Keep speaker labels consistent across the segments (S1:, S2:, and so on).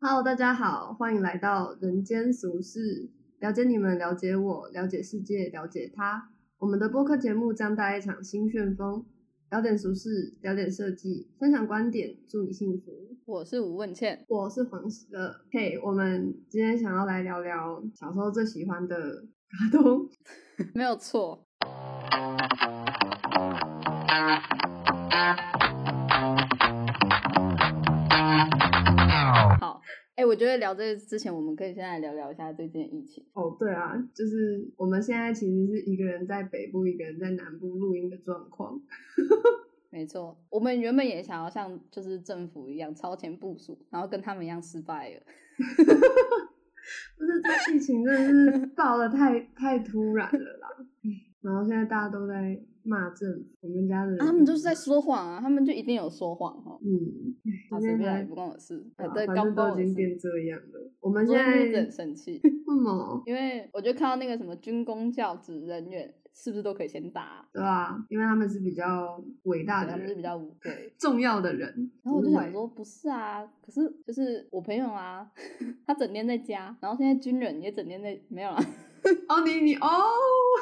S1: Hello，大家好，欢迎来到人间俗世，了解你们，了解我，了解世界，了解他。我们的播客节目将带来一场新旋风，聊点俗事，聊点设计，分享观点，祝你幸福。
S2: 我是吴问倩，
S1: 我是黄石乐。嘿、我们今天想要来聊聊小时候最喜欢的卡通。
S2: 没有错。好，哎、我觉得聊这个之前，我们可以先来聊聊一下最近的疫情。
S1: 哦，对啊，就是我们现在其实是一个人在北部，一个人在南部录音的状况。
S2: 没错，我们原本也想要像就是政府一样超前部署，然后跟他们一样失败了。
S1: 不是这疫情真的是爆的太太突然了啦。然后现在大家都在骂政府，我们家的人、
S2: 啊、他们就是在说谎啊，他们就一定有说谎哦。
S1: 嗯，
S2: 啊，
S1: 今
S2: 随
S1: 天
S2: 便啊
S1: 还
S2: 也不关我事。
S1: 对
S2: 啊
S1: 啊
S2: 对，
S1: 反
S2: 刚
S1: 正都
S2: 关
S1: 已
S2: 我的
S1: 经
S2: 事。
S1: 变这样了。我们
S2: 昨
S1: 现
S2: 天
S1: 在
S2: 就是很生气，
S1: 为什么？
S2: 因为我就看到那个什么军工教职人员是不是都可以先打啊、
S1: 对啊，因为他们是比较伟大的
S2: 对他们是
S1: 人，
S2: 比较无对。
S1: 重要的人。
S2: 然后我就
S1: 无
S2: 想
S1: 为，
S2: 说，不是啊，可是就是我朋友啊， 他整天在家，然后现在军人也整天在没有啦，
S1: 哦，你你哦，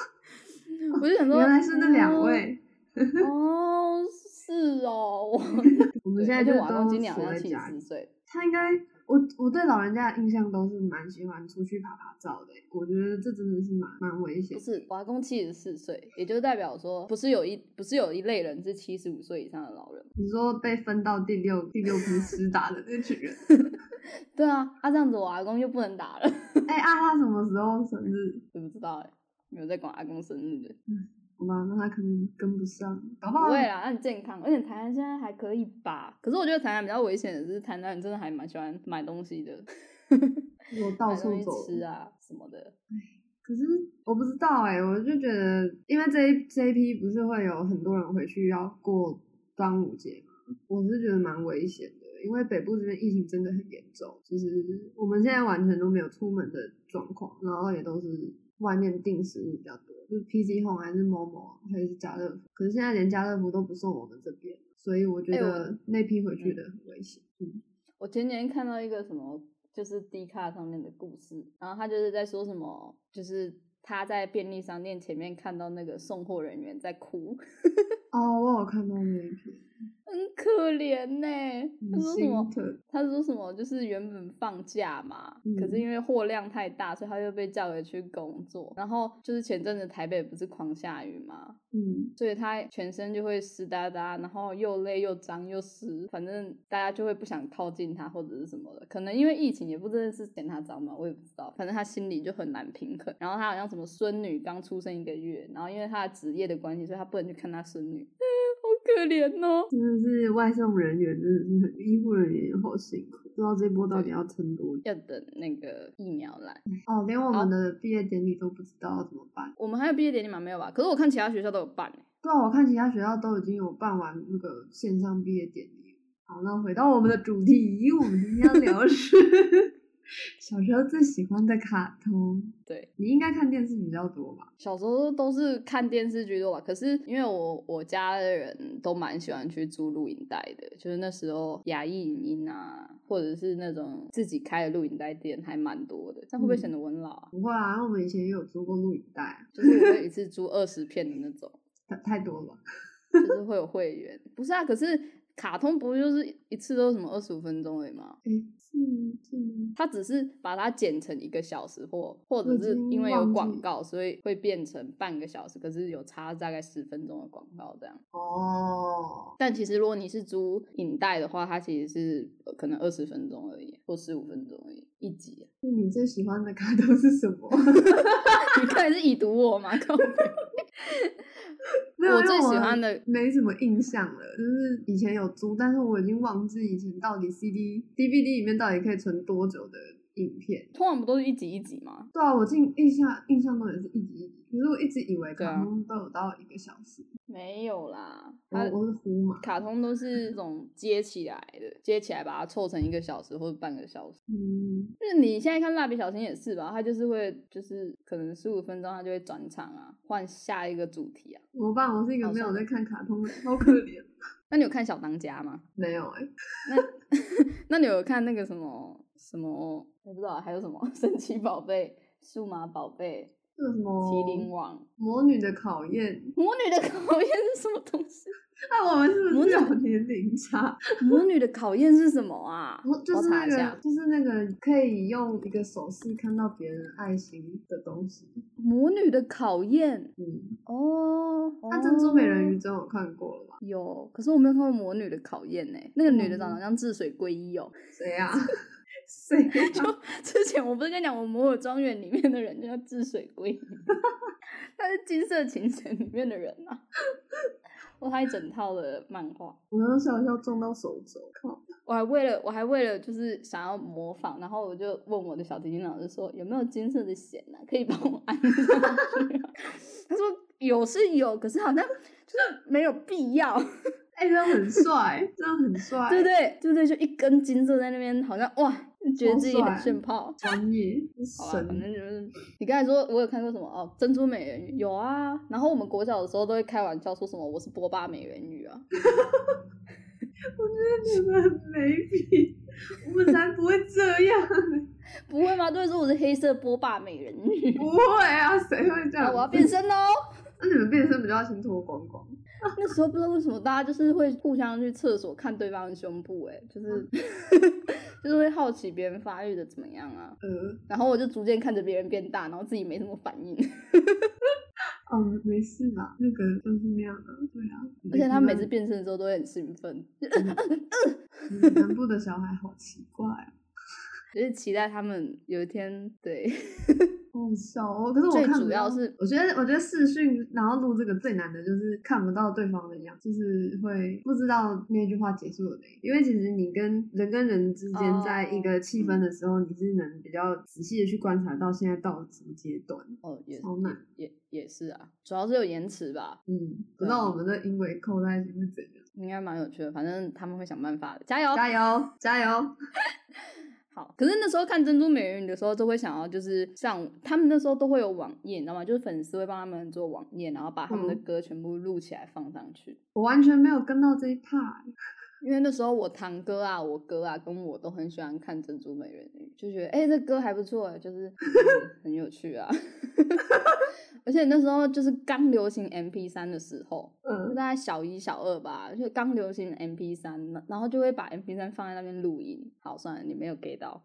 S2: 我就想说，
S1: 原来是那两
S2: 哦。
S1: 位。
S2: 哦， 是哦，我
S1: 我们
S2: 对
S1: 现在
S2: 而
S1: 就
S2: 且我阿公
S1: 都
S2: 今年好
S1: 锁
S2: 像
S1: 在
S2: 七
S1: 家里
S2: 十岁，
S1: 他应该，我我对老人家的印象都是蛮喜欢出去爬爬照的欸，我觉得这真的是蛮蛮危险
S2: 不。是我阿公七十四岁，也就代表说，不是有一不是有一类人是七十五岁以上的老人。
S1: 你说被分到第六第六批施打的那群人，
S2: 对啊，啊这样子我阿公就不能打了，
S1: 哎、啊，他什么时候生日？
S2: 我不知道哎、没有在管阿公生日的，
S1: 好吧，那他可能跟不上，搞不
S2: 不
S1: 好
S2: 会啦，很健康，而且台南现在还可以吧。可是我觉得台南比较危险的是，台南人真的还蛮喜欢买东西的，
S1: 我 到
S2: 买
S1: 处
S2: 东西
S1: 走。
S2: 吃啊什么的。
S1: 可是我不知道哎、我就觉得，因为这一这一批不是会有很多人回去要过端午节嘛，我是觉得蛮危险的，因为北部这边疫情真的很严重，就是我们现在完全都没有出门的状况，然后也都是外面订食物比较多，就是 PC Home 还是某某还是家乐福，可是现在连家乐福都不送我们这边，所以我觉
S2: 哎我
S1: 得那批回去的很危险。嗯，
S2: 我前几天看到一个什么，就是低卡上面的故事，然后他就是在说什么，就是他在便利商店前面看到那个送货人员在哭，
S1: 哦，我有看到那一批，
S2: 很可怜呢、他
S1: 很
S2: 说什么
S1: 心？疼。
S2: 他说什么？就是原本放假嘛，
S1: 嗯
S2: 可是因为货量太大，所以他又被叫回去工作。然后就是前阵子台北不是狂下雨嘛，
S1: 嗯，
S2: 所以他全身就会湿哒哒，然后又累又脏又湿，反正大家就会不想靠近他或者是什么的。可能因为疫情也不真的是嫌他脏嘛，我也不知道，反正他心里就很难平衡。然后他好像什么孙女刚出生一个月，然后因为他的职业的关系，所以他不能去看他孙女， 嗯，好可怜哦。
S1: 真的是外送人员，真的是很医护人员也好辛苦，不知道这波到底要撑多久。
S2: 要等那个疫苗来。
S1: 哦，连我
S2: 好
S1: 们的毕业典礼都不知道要怎么办。
S2: 我们还有毕业典礼吗？没有吧？可是我看其他学校都有办、欸。
S1: 对啊，我看其他学校都已经有办完那个线上毕业典礼。好，那回到我们的主题，我们今天要聊的是 小时候最喜欢的卡通。
S2: 对，
S1: 你应该看电视比较多吧？
S2: 小时候都是看电视居多吧。可是因为我我家的人都蛮喜欢去租录影带的，就是那时候雅艺影音啊，或者是那种自己开的录影带店还蛮多的。这样会不会显得我很老啊？
S1: 不会啊，我们以前也有租过录影带啊，
S2: 就是我会一次租二十片的那种，
S1: 太太多了吧。
S2: 就是会有会员。不是啊，可是卡通不就是一次都什么二十五分钟而已吗？
S1: 哎，是吗是吗？
S2: 它只是把它剪成一个小时或或
S1: 我
S2: 者
S1: 已
S2: 是
S1: 经
S2: 因为有
S1: 忘
S2: 广
S1: 记
S2: 告，所以会变成半个小时，可是有差大概十分钟的广告这样。
S1: 哦，
S2: 但其实如果你是租影带的话，它其实是呃可能二十分钟而已，或十五分钟而已一集。啊
S1: 那你最喜欢的卡通是什么？
S2: 你看是已读我吗？靠北
S1: 没有啊
S2: 我
S1: 因为
S2: 最喜欢的
S1: 没什么印象了，就是以前有租，但是我已经忘记以前到底 CD、DVD 里面到底可以存多久的影片。
S2: 通常不都是一集一集吗？
S1: 对啊，我进印象印象中也是一集一集，可是我一直以为
S2: 对啊
S1: 卡通都有到一个小时，
S2: 没有啦，
S1: 我
S2: 它
S1: 我是糊嘛，
S2: 卡通都是这种接起来的，接起来把它凑成一个小时或者半个小时。
S1: 嗯，
S2: 就是你现在看蜡笔小新也是吧，它就是会就是可能十五分钟它就会转场啊，换下一个主题啊。
S1: 怎么办？我是一个
S2: 好哦
S1: 没有
S2: 像
S1: 在看卡通的，好可怜。
S2: 那你有看小当家吗？
S1: 没有哎、
S2: 那那你有看那个什么什么我不知道还有什么 神奇宝贝、数码宝贝、
S1: 这个什么
S2: 麒麟王、
S1: 魔女的考验，
S2: 魔女的考验是什么东西？
S1: 那我们是不
S2: 魔
S1: 是
S2: 女
S1: 有年龄差？
S2: 魔女的考验是什么啊？
S1: 我就是
S2: 我查
S1: 那
S2: 一下
S1: 个，就是那个可以用一个手势看到别人爱心的东西。
S2: 魔女的考验
S1: 嗯，
S2: 哦，
S1: 那珍珠美人鱼
S2: 哦
S1: 真有看过了吧？
S2: 有，可是我没有看过魔女的考验呢、那个女的长
S1: 哦
S2: 得像治水皈依哦。
S1: 谁呀、谁呀、
S2: 之前我不是跟你讲，我摩尔庄园里面的人就叫治水皈依，他是金色琴弦里面的人啊。我还一整套的漫画，
S1: 我那时候要撞到手肘，靠！
S2: 我还为了我还为了就是想要模仿，然后我就问我的小提琴老师说有没有金色的弦呢、可以帮我按上去吗？他说有是有，可是好像就是没有必要，
S1: 哎、这样很帅，这样很帅，
S2: 对不对？对不对？就一根金色在那边，好像哇，觉得自己很炫炮。
S1: 专业
S2: 好吧，反
S1: 神。
S2: 正就是你刚才说，我有看过什么哦，珍珠美人鱼有啊。然后我们国小的时候都会开玩笑说什么我是波霸美人鱼啊，
S1: 你们没品，我们才不会这样，
S2: 不会吗？都会说我是黑色波霸美人鱼，
S1: 不会啊，谁会这
S2: 啊
S1: 样？
S2: 我要变，身喽。
S1: 那你们变身不就要先脱光光？
S2: 那时候不知道为什么大家就是会互相去厕所看对方的胸部、欸，就是 就是会好奇别人发育的怎么样啊。
S1: 呃，
S2: 然后我就逐渐看着别人变大，然后自己没什么反应，
S1: 哦，没事吧，那个就是那样的、对啊。
S2: 而且他每次变身的时候都会很兴奋，
S1: 你们南部的小孩好奇怪啊，
S2: 就是期待他们有一天对。
S1: 好好笑哦。可是我
S2: 最
S1: 看不
S2: 主
S1: 到
S2: 要是
S1: 我觉得我觉得视讯然后录这个最难的就是看不到对方的样，就是会不知道那句话结束了没。因为其实你跟人跟人之间
S2: 哦
S1: 在一个气氛的时候，你是能比较仔细的去观察到现在到了什么阶段，
S2: 哦，也
S1: 超难。
S2: 也也是啊，主要是有延迟吧，
S1: 嗯，不知
S2: 对啊
S1: 道我们的音轨扣在一起会怎样。
S2: 应该蛮有趣的。反正他们会想办法的，加油！
S1: 加油，加油！
S2: 好，可是那时候看《珍珠美人鱼》的时候，都会想要就是上，他们那时候都会有网页，你知道吗？就是粉丝会帮他们做网页，然后把他们的
S1: 嗯
S2: 歌全部录起来放上去。
S1: 我完全没有跟到这一 part，
S2: 因为那时候我堂哥啊、我哥啊跟我都很喜欢看《珍珠美人鱼》，就觉得哎、这歌还不错、就是 嗯很有趣啊。 而且那时候就是刚流行 MP 三的时候，就
S1: 嗯，
S2: 大概小一、小二吧，就刚流行 MP 三，然后就会把 MP 三放在那边录音。好，算了，你没有给到，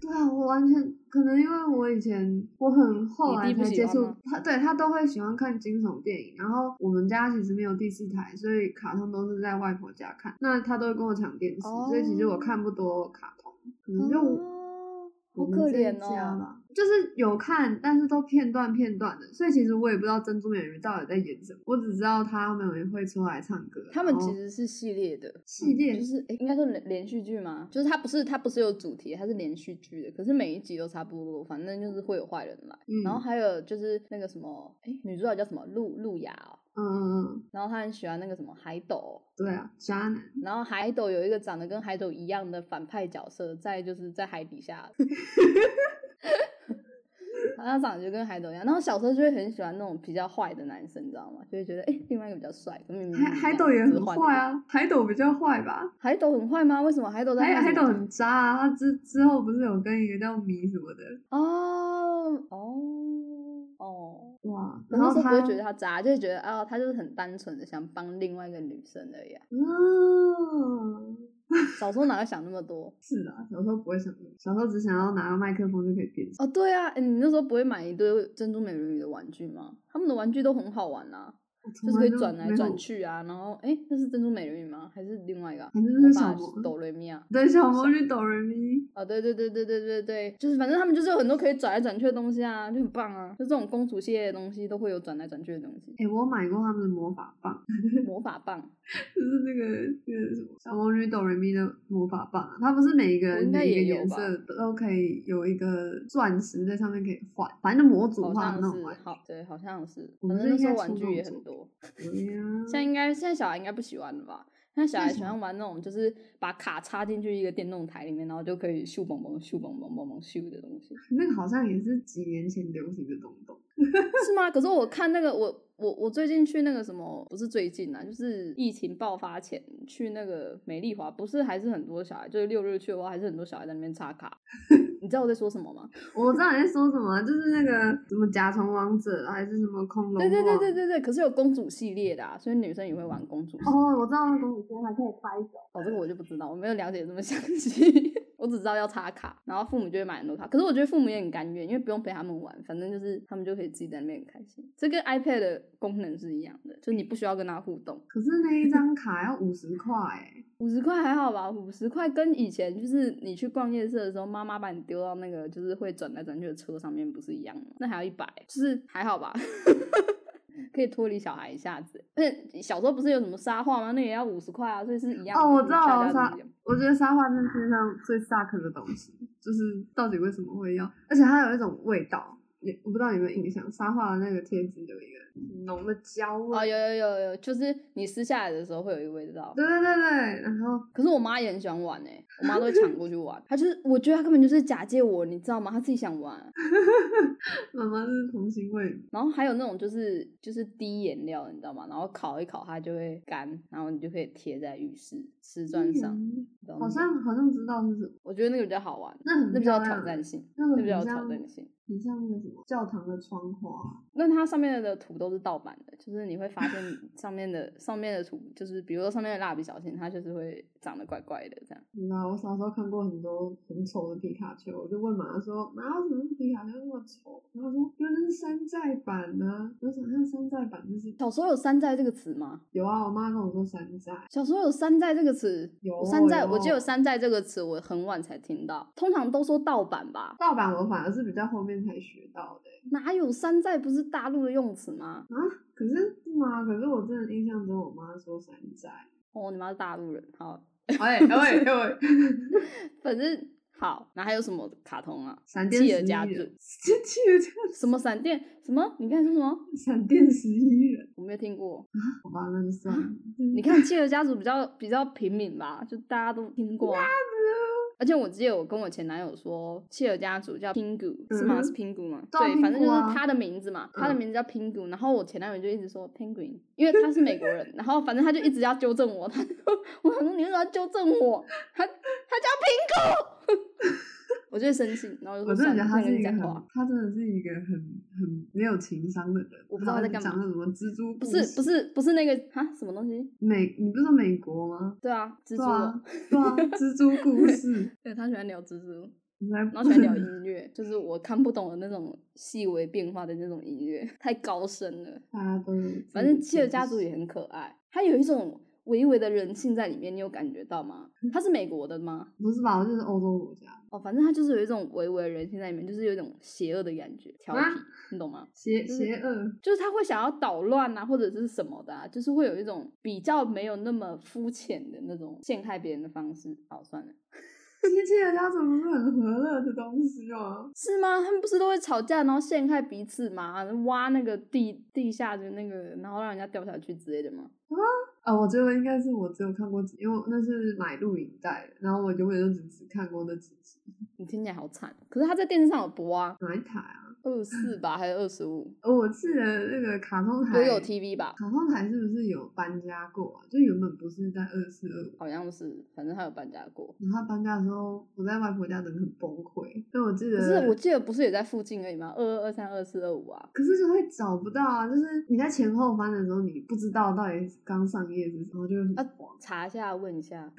S1: 对啊，我完全可能因为我以前我很后
S2: 你
S1: 来
S2: 弟不
S1: 才
S2: 喜
S1: 接
S2: 欢
S1: 触
S2: 吗
S1: 他，对他都会喜欢看惊悚电影。然后我们家其实没有第四台，所以卡通都是在外婆家看。那他都会跟我抢电视，所以其实我
S2: 哦
S1: 看不多卡通，可能就我
S2: 哦
S1: 我
S2: 好
S1: 们
S2: 可
S1: 这一
S2: 怜
S1: 家
S2: 哦。
S1: 吧，就是有看，但是都片段片段的，所以其实我也不知道珍珠美人鱼到底在演什么，我只知道他们也会出来唱歌。
S2: 他们
S1: 然后
S2: 其实是系列的，
S1: 系列
S2: 就是诶应该说连连续剧吗？就是它不是它不是有主题，它是连续剧的，可是每一集都差不多，反正就是会有坏人来。
S1: 嗯
S2: 然后还有就是那个什么，哎，女主角叫什么路路雅、哦，
S1: 嗯嗯嗯，
S2: 然后她很喜欢那个什么海斗，哦
S1: 对啊，渣男。
S2: 然后海斗有一个长得跟海斗一样的反派角色，在就是在海底 下，他长得就跟海斗一样。然后小时候就会很喜欢那种比较坏的男生，你知道吗？就会觉得哎、诶另外一个比较帅，明明
S1: 海海斗也很坏
S2: 坏。
S1: 啊，海斗比较坏吧？
S2: 海斗很坏吗？为什么海斗在
S1: 海
S2: 坏
S1: 海
S2: 什
S1: 斗
S2: 么
S1: 很渣啊，他之之后不是有跟一个叫米什么的，
S2: 哦哦哦，
S1: 哇，
S2: 我
S1: 然
S2: 那
S1: 后
S2: 时候不
S1: 他
S2: 会觉得他渣，就会觉得哦，他就是很单纯的想帮另外一个女生而已、啊。
S1: 嗯，
S2: 小时候哪会想那么多？
S1: 是啊，小时候不会想那么多，小时候只想要拿个麦克风就可以变声。
S2: 哦，对啊，诶你那时候不会买一堆珍珠美人鱼的玩具吗？他们的玩具都很好玩啊，
S1: 我
S2: 就
S1: 从
S2: 是可以
S1: 来
S2: 转
S1: 没
S2: 来
S1: 有
S2: 转，去啊。然后，哎，那是珍珠美人鱼吗？还是另外一个啊？
S1: 反正
S2: 我
S1: 嗯是
S2: 爸
S1: 小
S2: 是
S1: 魔，
S2: 哆瑞咪啊。
S1: 对小魔女哆瑞咪，，
S2: 哦，对对对对对对对，就是反正他们就是有很多可以转来转去的东西啊，就很棒啊。就这种公主系列的东西都会有转来转去的东西
S1: 哎，我买过他们的魔法棒，
S2: 魔法棒，
S1: 就是那个那个什么小魔女哆瑞咪的魔法棒啊，它不是每一个
S2: 我
S1: 人
S2: 应该
S1: 每一个
S2: 也有
S1: 颜
S2: 吧
S1: 色都可以有一个钻石在上面可以换，反正就模组
S2: 好
S1: 化的
S2: 像
S1: 那种
S2: 是
S1: 玩具。
S2: 好对，好像是。
S1: 我
S2: 反
S1: 们
S2: 正那
S1: 应
S2: 时
S1: 该
S2: 候
S1: 出
S2: 玩
S1: 那
S2: 具
S1: 种
S2: 也
S1: 作
S2: 很
S1: 品
S2: 多，
S1: 对呀、
S2: 现在应该现在小孩应该不喜欢了吧？那小孩
S1: 为什
S2: 喜欢玩那种，就是把卡插进去一个电动台里面，然后就可以咻嘣嘣、咻嘣嘣嘣嘣咻的东西，
S1: 那个好像也是几年前流行的东东。
S2: 是吗？可是我看那个，我我我最近去那个什么，不是最近啊，就是疫情爆发前去那个美丽华，不是还是很多小孩，就是六日去的话，还是很多小孩在那边插 卡。你知道我在说什么吗？
S1: 我知道你在说什么，啊就是那个什么甲虫王者啊还是什么恐龙王。
S2: 对对对对对对，可是有公主系列的、啊，所以女生也会玩公主系列。
S1: 哦，我知道那公主现在还可以拍手。
S2: 哦，这个我就不知道，我没有了解这么详细， 我只知道要插卡，然后父母就会买很多卡。可是我觉得父母也很甘愿，因为不用陪他们玩，反正就是他们就可以自己在那边很开心。这跟 iPad 的功能是一样的，就是你不需要跟他互动。
S1: 可是那一张卡要五十块欸，
S2: 五十块还好吧，五十块跟以前就是你去逛夜市的时候，妈妈把你丢到那个就是会转来转去的车上面，不是一样吗？那还要一百，就是还好吧。 可以脱离小孩一下子，而且小时候不是有什么沙画吗？那也要五十块啊，所以是一样的。
S1: 哦我知道
S2: 大家
S1: 沙
S2: 都一样
S1: 我觉得沙发是世界上最 suck 的东西，就是到底为什么会要，而且它有一种味道。也我不知道你有没有印象，沙画的那个贴纸有一个浓的焦味，
S2: 哦，有有有有，就是你撕下来的时候会有一个味道。
S1: 对对对对，然后
S2: 可是我妈也很喜欢玩哎、我妈都会抢过去玩。她就是，我觉得她根本就是假借我，你知道吗？她自己想玩。
S1: 妈妈是童心未泯，
S2: 然后还有那种就是就是滴颜料，你知道吗？然后烤一烤它就会干，然后你就可以贴在浴室瓷砖上。你知道
S1: 嗯好
S2: 那种
S1: 像好像知道是什么，
S2: 我觉得那个比较好玩，
S1: 那很
S2: 那比较有
S1: 漂亮
S2: 挑战性，
S1: 那
S2: 那
S1: 个
S2: 比较有
S1: 很
S2: 挑
S1: 像
S2: 战性。
S1: 很像那个什么教堂的窗花，
S2: 那它上面的图都是盗版的，就是你会发现 上面的上面的图，就是比如说上面的蜡笔小新，它就是会长得怪怪的这样。
S1: 你知道我小时候看过很多很丑的皮卡丘，我就问妈妈说：“妈，为什么是皮卡丘那么丑？”然后她说：“因为那是山寨版呢、啊。”我想看山寨版就是
S2: 小时候有山寨这个词吗？
S1: 有啊，我妈跟我说山寨，
S2: 小时候有“山寨”这个词，
S1: 有
S2: 我山寨，
S1: 有
S2: 我记得有“山寨”这个词，我很晚才听到。通常都说盗版吧，
S1: 盗版我反而是比较后面才学到的欸、
S2: 哪有“山寨”不是大陆的用词吗？
S1: 可是是吗？可是我真的印象中我妈说山寨。
S2: 哦，你妈是大陆人，好，
S1: 哎哎哎！
S2: 反正好，那还有什么卡通啊？
S1: 闪电
S2: 企
S1: 十
S2: 鹅家
S1: 一
S2: 族
S1: 人，， 企鹅家
S2: 什么闪电？什么？你刚才说什么？
S1: 闪电十一人，
S2: 我没有听过。
S1: 好吧，那就算了。
S2: 你看《企鹅家族》比较比较平民吧，就大家都听过啊。而且我记得我跟我前男友说，《企鹅家族》叫 Pingu 是
S1: 嗯
S2: 吗？
S1: 哼
S2: 是 Pingu 吗？
S1: 对啊
S2: 对，反正就
S1: Pingu 啊
S2: 是他的名字嘛，他的
S1: 嗯
S2: 名字叫 Pingu。然后我前男友就一直说 Penguin，因为他是美国人，然后反正他就一直要纠正我，他就 我想说你为什么要纠正我？他他叫 Pingu，我 就会生气，然后就
S1: 我
S2: 说
S1: 真的
S2: 算
S1: 觉
S2: 了，
S1: 得他是一
S2: 不能跟你
S1: 个
S2: 讲
S1: 很
S2: 话。，
S1: 他真的是一个很很没有情商的人。
S2: 我不知道他在干嘛
S1: 讲那什么蜘蛛故
S2: 不
S1: 事，
S2: 是不是不是那个啊什么东西？
S1: 美，你不是说美国吗？
S2: 对啊，蜘蛛
S1: 对
S2: 哦、
S1: 啊，对啊，蜘蛛 故事，
S2: 对他喜欢聊蜘蛛。
S1: 你才
S2: 然后喜欢聊音乐，就是我看不懂的那种细微变化的那种音乐，太高深了。
S1: 大家都有自己的故事。
S2: 反正《企鹅家族》也很可爱，它有一种微微的人性在里面，你有感觉到吗？它是美国的吗？
S1: 不是吧？我就是欧洲国家，
S2: 哦，反正它就是有一种微微的人性在里面，就是有一种邪恶的感觉，调皮
S1: 啊，
S2: 你懂吗？
S1: 邪
S2: 就是
S1: 邪恶，
S2: 就是他会想要捣乱啊，或者是什么的、啊，就是会有一种比较没有那么肤浅的那种陷害别人的方式。好，算了，
S1: 其实企鹅家族不是很和乐的东西吗？
S2: 是吗？他们不是都会吵架，然后陷害彼此嘛，挖那个地地下的那个，然后让人家掉下去之类的吗？
S1: 啊，我觉得应该是我只有看过几，因为那是买录影带的，然后我永远都只只看过那几集。
S2: 你听起来好惨。哦可是他在电视上有播啊，
S1: 哪一台啊？
S2: 二四吧，还是二十五？
S1: 哦，我记得那个卡通台
S2: 都有 TV 吧？
S1: 卡通台是不是有搬家过啊？就原本不是在二四二五，
S2: 好像是，反正他有搬家过。
S1: 然后搬家的时候，我在外婆家真的很崩溃。所以我记得，
S2: 可是我记得不是也在附近而已吗？二二、二三、二四、二五啊。
S1: 可是就会找不到啊！就是你在前后翻的时候，你不知道到底刚上页是什么，就会很
S2: 啊
S1: 慌。
S2: 查一下，问一下，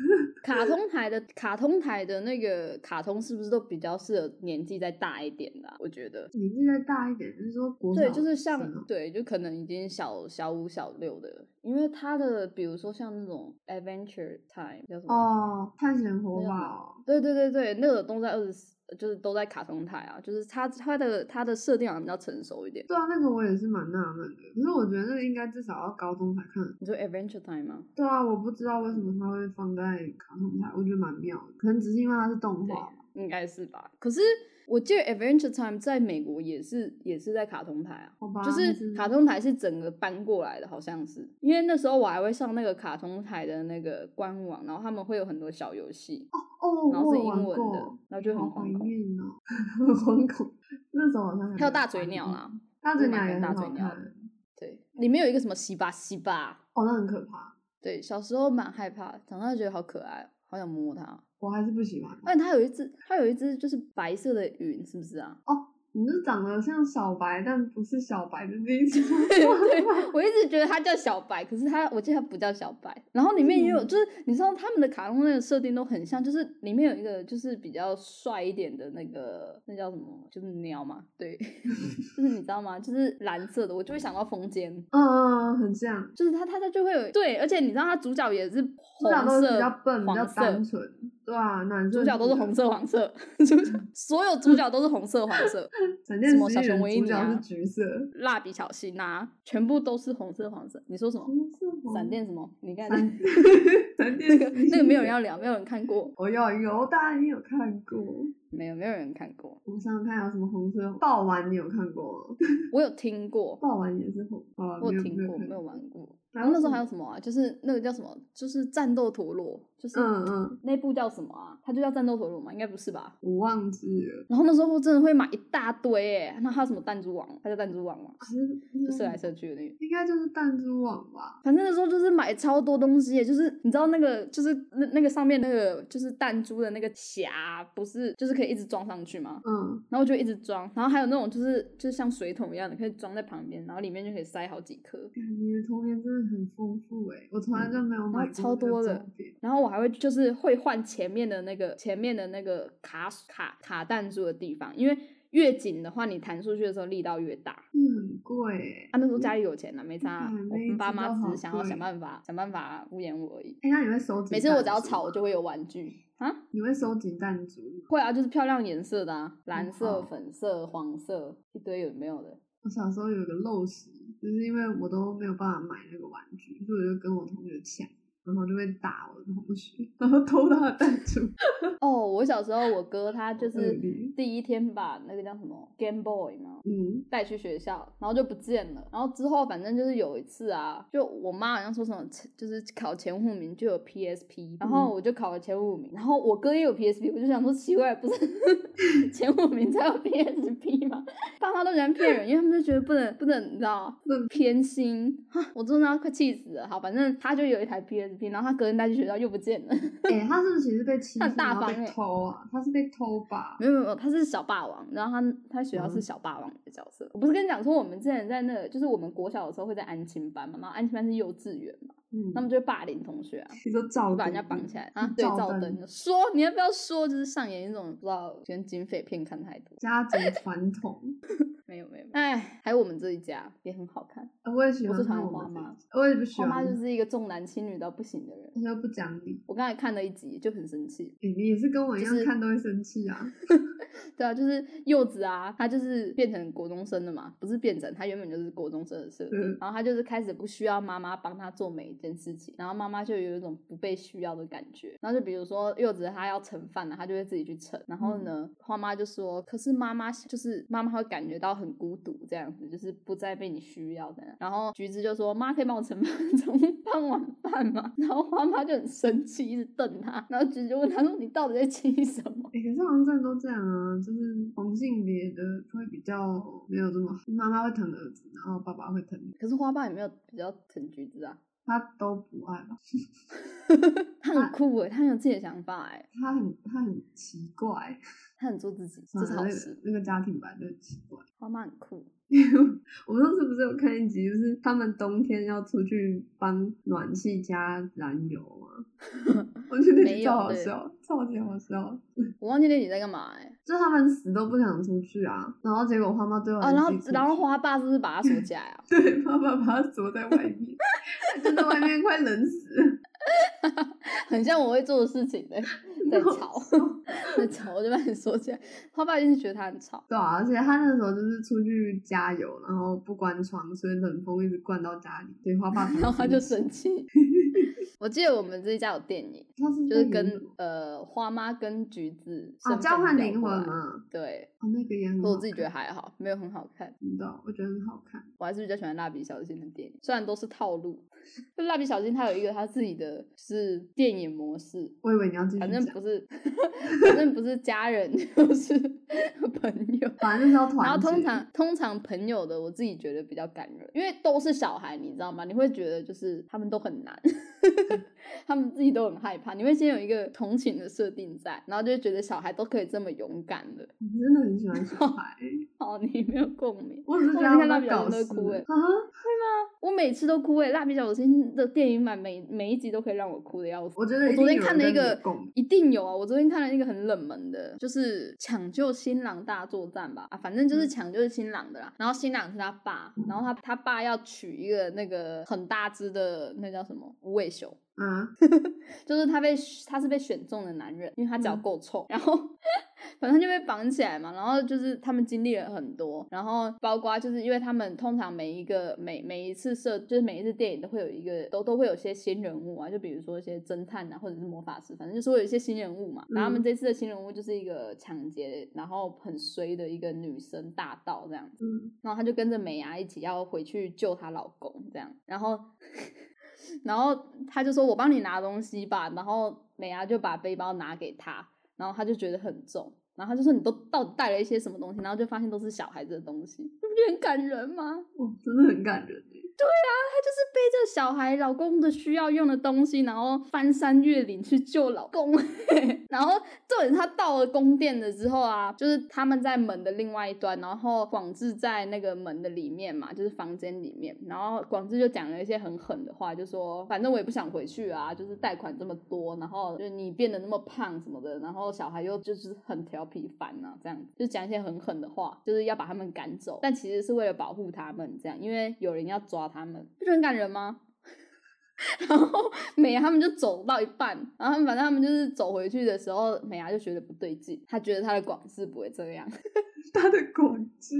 S2: 卡通台的卡通台的那个卡通是不是都比较适合年纪再大一点的啊、我觉得，
S1: 年纪再大一点，就是说国小
S2: 对，就是
S1: 生
S2: 像
S1: 哦
S2: 对，就可能已经小小五、小六的，因为他的比如说像那种 Adventure Time 叫什么？
S1: 哦，探险活
S2: 那叫什
S1: 宝，
S2: 对对对对，那个都在二十四，就是都在卡通台啊，就是他他的他的设定好像比较成熟一点。
S1: 对啊，那个我也是蛮纳闷的。可是我觉得那个应该至少要高中才看。
S2: 你说 Adventure Time 吗？
S1: 对啊，我不知道为什么它会放在卡通台，我觉得蛮妙的。可能只是因为它是动画吧。
S2: 应该是吧？可是我记得 Adventure Time 在美国也是也是在卡通台啊，
S1: 好吧，
S2: 就
S1: 还
S2: 是卡通台是整个搬过来的，好像是，因为那时候我还会上那个卡通台的那个官网，然后他们会有很多小游戏，
S1: 哦，
S2: 然后
S1: 我
S2: 是
S1: 有玩
S2: 英文的
S1: 过，，
S2: 然后就
S1: 好
S2: 很
S1: 怀
S2: 惶恐。
S1: 念哦， 很惶恐。那时候好像
S2: 还有
S1: 没
S2: 大
S1: 看
S2: 嘴鸟啦，
S1: 大
S2: 我
S1: 嘴
S2: 蛮
S1: 鸟
S2: 喜
S1: 也很
S2: 欢大
S1: 好
S2: 嘴鸟
S1: 看
S2: 的，对，里面有一个什么西巴西巴，
S1: 哦，那很可怕，
S2: 对，小时候蛮害怕，长大觉得好可爱，好想摸它。
S1: 我还是不喜欢。
S2: 而且它有一只，它有一只就是白色的云，是不是啊？
S1: 你是长得像小白，但不是小白的那一种。
S2: 对，我一直觉得它叫小白，可是它我记得它不叫小白。然后里面也有，
S1: 嗯
S2: 就是你知道他们的卡通那个设定都很像，就是里面有一个就是比较帅一点的那个，那叫什么？就是鸟嘛，对， 就是你知道吗？就是蓝色的，我就会想到风间。
S1: 嗯嗯，嗯很像。
S2: 就是他，他他就会有对，而且你知道他主角也是
S1: 主角
S2: 红
S1: 都是
S2: 色、
S1: 比较笨、比较
S2: 黄色
S1: 单，纯，对啊，男生
S2: 主角都是红色、黄色，主 角所有主角都是红色、黄色，
S1: 闪电
S2: 什么
S1: 十
S2: 小
S1: 一
S2: 熊
S1: 人
S2: 维
S1: 主
S2: 尼
S1: 角
S2: 啊
S1: 是橘色，
S2: 蜡笔小新啊，全部都是红色、黄色。你说什么？
S1: 红色黄
S2: 闪电什么？你刚才
S1: 闪 闪电
S2: 那个
S1: 十一
S2: 那个没有
S1: 人
S2: 人 要聊，没有人看过，
S1: 我有有，大家一定有看过。
S2: 没有没有人看过，
S1: 我想想看有什么红色爆丸，你有看过吗？
S2: 我有听过，
S1: 爆丸也是红，啊，
S2: 我
S1: 哦没
S2: 有
S1: 有
S2: 听过，
S1: 看
S2: 没有玩过。
S1: 然
S2: 然后那时
S1: 什
S2: 候还有
S1: 么
S2: 什么啊？就是那个叫什么？就是战斗陀螺，就是
S1: 嗯嗯，
S2: 那部叫什么啊？它就叫战斗陀螺嘛？应该不是吧？
S1: 我忘记了。
S2: 然后那时候我真的会买一大堆诶，那还有什么弹珠网？它叫弹珠网嘛，
S1: 可是
S2: 就射来射去的那个。
S1: 应该就是弹珠网吧？
S2: 反正那时候就是买超多东西耶，就是你知道那个，就是那那个上面那个就是弹珠的那个匣，不是就是可以一直装上去吗？
S1: 嗯，
S2: 然后我就一直装，然后还有那种就是就是像水桶一样的，可以装在旁边，然后里面就可以塞好几颗。
S1: 感觉童年真的很丰富诶、我从来就没有买过
S2: 嗯超
S1: 这个
S2: 多的
S1: 周边
S2: 然后我还会就是会换前面的那个前面的那个卡卡卡弹珠的地方，因为越紧的话，你弹出去的时候力道越大。
S1: 嗯很贵诶、
S2: 啊，那时候家里有钱了，没差啊
S1: 嗯。
S2: 我
S1: 那一
S2: 们爸
S1: 只
S2: 妈
S1: 都
S2: 只
S1: 好
S2: 是想要
S1: 贵
S2: 想办法想办法敷衍我而已。
S1: 哎、那你会收集？
S2: 每次我只要吵，我，就会有玩具啊。
S1: 你会收集弹珠吗？
S2: 会啊，就是漂亮颜色的啊，蓝色、
S1: 嗯好
S2: 粉色、黄色，一堆有没有的？
S1: 我小时候有一个陋习，就是因为我都没有办法买那个玩具，所以我就跟我同学抢，然后就会打我的同学，然后偷他的弹珠。
S2: 哦，我小时候我哥他就
S1: 恶
S2: 是
S1: 劣
S2: 第一天把那个叫什么 Game Boy 嘛。
S1: 嗯，
S2: 带去学校，然后就不见了。然后之后反正就是有一次啊，就我妈好像说什么，就是考前五名就有 PSP，然后我就考了前五名，然后我哥也有 PSP，我就想说奇怪，不是 前五名才有 PSP 吗？ 爸妈都喜欢骗人，因为他们就觉得不能不能，你知道，不能偏心。 哈，我真的要快气死了。好，反正他就有一台 PSP，然后他隔天带去学校又不见了。
S1: 哎、他是不是其实被欺负，
S2: 他很大
S1: 然后
S2: 方
S1: 被
S2: 欸
S1: 偷啊？他是被偷吧？
S2: 没有没有没有，他是小霸王，然后他他学校是
S1: 嗯
S2: 小霸王的角色。我不是跟你讲说，我们之前在那个，就是我们国小的时候会在安亲班嘛，然后安亲班是幼稚园嘛，
S1: 嗯，
S2: 他们就会霸凌同学啊，
S1: 你说照
S2: 就把人家
S1: 顾
S2: 绑起来啊，对，
S1: 照
S2: 照
S1: 灯
S2: 灯说你要不要说，就是上演一种不知道跟警匪片看太多，
S1: 家族传统，
S2: 没有没有，哎，还有我们这一家也很好看，
S1: 呃我也喜
S2: 我
S1: 欢
S2: 最讨
S1: 看
S2: 厌
S1: 我
S2: 花
S1: 们
S2: 妈
S1: 这，我也不喜
S2: 花妈
S1: 欢，
S2: 就是一个重男轻女到不行的人。
S1: 他就不讲理。
S2: 我刚才看了一集就很生气，
S1: 欸你也是跟我一
S2: 就
S1: 样
S2: 是
S1: 看都会生气啊？
S2: 对啊，就是柚子啊，他就是变成国中生了嘛，不是变成，他原本就是国中生的设定，
S1: 嗯
S2: 然后他就是开始不需要妈妈帮他做每一件事情，然后妈妈就有一种不被需要的感觉。然后就比如说柚子她要盛饭了，她就会自己去盛，然后呢，花妈就说，可是妈妈就是妈妈会感觉到很孤独这样子，就是不再被你需要的。然后橘子就说，妈可以帮我盛饭 从傍晚饭吗？然后花妈就很生气，一直瞪他，然后橘子就问他说，你到底在气什么？
S1: 哎、可是好像真的都这样啊，就是同性别的会比较没有这么好，妈妈会疼儿子，然后爸爸会疼女儿，
S2: 可是花爸也没有比较疼橘子啊，
S1: 他都不爱吧？
S2: 他很酷诶、他很有自己的想法诶、
S1: 他很他很奇怪，
S2: 他很做自己，这是
S1: 那
S2: 好
S1: 个
S2: 事。
S1: 那个家庭版就很奇怪。
S2: 花妈很酷，
S1: 我们上次不是有看一集，就是他们冬天要出去帮暖气加燃油吗？ 我觉得那
S2: 没
S1: 集
S2: 有
S1: 超好
S2: 对
S1: 笑，超级好笑。
S2: 我忘记那集在干嘛哎诶、
S1: 就他们死都不想出去啊，然后结果花妈最后还
S2: 啊，
S1: 是
S2: 然后
S1: 自己出
S2: 然后
S1: 去？
S2: 花爸是不是把他锁起来啊
S1: 对，妈妈把它锁在外面， 就在外面快冷死了。
S2: 很像我会做的事情诶、 在吵，在吵，我就把你锁起来。他爸一定是觉得他很吵，
S1: 对啊，而且他那时候就是出去加油，然后不关窗，所以冷风一直灌到家里，对，花爸才
S2: 然后他就生气。 我记得我们这一家有电影，
S1: 他是
S2: 就是
S1: 在
S2: 跟
S1: 演什么
S2: 呃花妈跟橘子
S1: 啊
S2: 身
S1: 嗯交
S2: 份
S1: 换
S2: 调
S1: 灵
S2: 过
S1: 魂
S2: 来
S1: 嘛，
S2: 对，
S1: 哦，那个也很
S2: 可
S1: 好，
S2: 我自己觉得还好，没有很好看。
S1: 不知道，我觉得很好看。
S2: 我还是比较喜欢蜡笔小新的电影，虽然都是套路。 就蜡笔小新，它有一个它自己的就是电影模式，
S1: 我以为你要继续
S2: 反正
S1: 讲，
S2: 不是， 反正不是家人 就是朋友。
S1: 反正就是要团结。
S2: 然后通常通常朋友的，我自己觉得比较感人，因为都是小孩，你知道吗？你会觉得就是他们都很难， 他们自己都很害怕，你会先有一个同情的设定在，然后就会觉得小孩都可以这么勇敢的。
S1: 你真的很喜欢小 孩，
S2: 哦，你没有共鸣。
S1: 我只是觉得
S2: 我每
S1: 他
S2: 天蜡
S1: 们
S2: 笔
S1: 搞
S2: 小新
S1: 事
S2: 都哭欸
S1: 啊，
S2: 我每次都哭诶、蜡笔小新的电影版每每一集都可以让我哭的要死。
S1: 我觉得
S2: 我
S1: 一
S2: 昨
S1: 定
S2: 天
S1: 有
S2: 看了
S1: 人
S2: 一
S1: 跟你
S2: 个
S1: 有共鸣，
S2: 一定有啊！我昨天看了一个很冷门的，就是《抢救新郎大作战》吧，啊，反正就是
S1: 嗯
S2: 抢救新郎的啦。然后新郎是他爸，然后他他爸要娶一个那个很大只的，那叫什么无尾熊，
S1: 嗯，
S2: 就是他被他是被选中的男人，因为他脚
S1: 嗯
S2: 够臭， 然后反正就被绑起来嘛。然后就是他们经历了很多，然后包括就是因为他们通常每一个每每一次设就是每一次电影都会有一个都都会有些新人物啊，就比如说一些侦探啊，或者是魔法师，反正就是会有一些新人物嘛。然后他们
S1: 嗯
S2: 这次的新人物就是一个抢劫，然后很衰的一个女生大盗这样子。
S1: 嗯，
S2: 然后她就跟着美伢一起要回去救她老公，这样，然后， 然后她就说：“我帮你拿东西吧。”然后美伢就把背包拿给她，然后她就觉得很重，然后她就说：“你都到底带了一些什么东西？”然后就发现都是小孩子的东西， 你不觉得很感人吗？
S1: 哇，真的很感人欸
S2: 她就是背着小孩老公的需要用的东西，然后翻山越岭去救老公。然后重点是她到了宫殿了之后啊，就是他们在门的另外一端，然后广志在那个门的里面嘛，就是房间里面。然后广志就讲了一些很狠的话，就说反正我也不想回去啊，就是贷款这么多，然后就是你变得那么胖什么的，然后小孩又就是很调皮烦啊，这样子就讲一些很狠的话，就是要把他们赶走，但其实是为了保护他们，这样因为有人要抓他们，不觉得很感人吗？ 然后 美啊牙他们就走到一半，然后他们反正他们就是走回去的时候，美啊牙就觉得不对劲，她觉得她的广志不会这样，很
S1: 他的广之，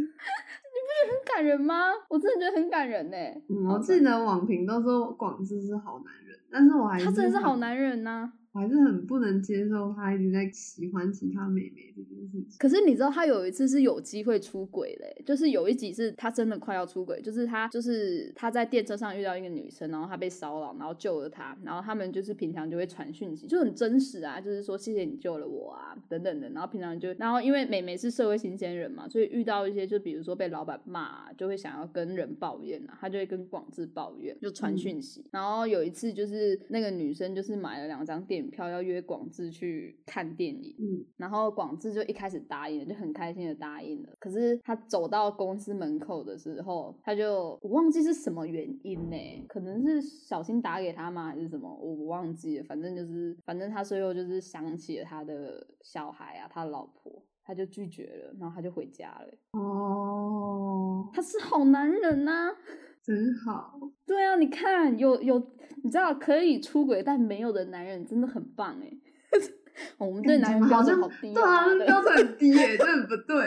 S2: 感人吗？我真的觉得很感人呢、欸
S1: 嗯
S2: 好
S1: 我
S2: 吧
S1: 记得网评都说广之是好男人，哦但是我还是
S2: 他真的是好
S1: 很，
S2: 男人啊呐、
S1: 我还是很不能接受他一直在喜欢其他妹妹这件事情。
S2: 可是你知道他有一次是有机会出轨嘞、就是有一集是他真的快要出轨，就是他就是他在电车上遇到一个女生，然后他被骚扰，然后救了她，然后他们就是平常就会传讯息，就很真实啊，就是说谢谢你救了我啊等等的，然后平常就然后因为美美是社会新鲜人嘛，所以遇到一些就比如说被老板骂、啊，就会想要跟人抱怨啊，他就会跟广志抱怨，就传
S1: 嗯
S2: 讯讯息。然后有一次就是那个女生就是买了两张电影票，要约广志去看电影。
S1: 嗯，
S2: 然后广志就一开始答应了，就很开心的答应了。可是他走到公司门口的时候，他就我忘记是什么原因呢、可能是小新打给他吗，还是什么？我我忘记了。反正就是，反正他最后就是想起了他的小孩啊，他老婆。他就拒绝了，然后他就回家了。
S1: 哦，
S2: 他是好男人呐、
S1: 真好，
S2: 对啊，你看有有，你知道可以出轨但没有的男人真的很棒哎、哦 我们对
S1: 感
S2: 男
S1: 觉
S2: 人标
S1: 好
S2: 准
S1: 像
S2: 好低、哦
S1: 对啊，
S2: 对
S1: 标准很低耶，这很不 对。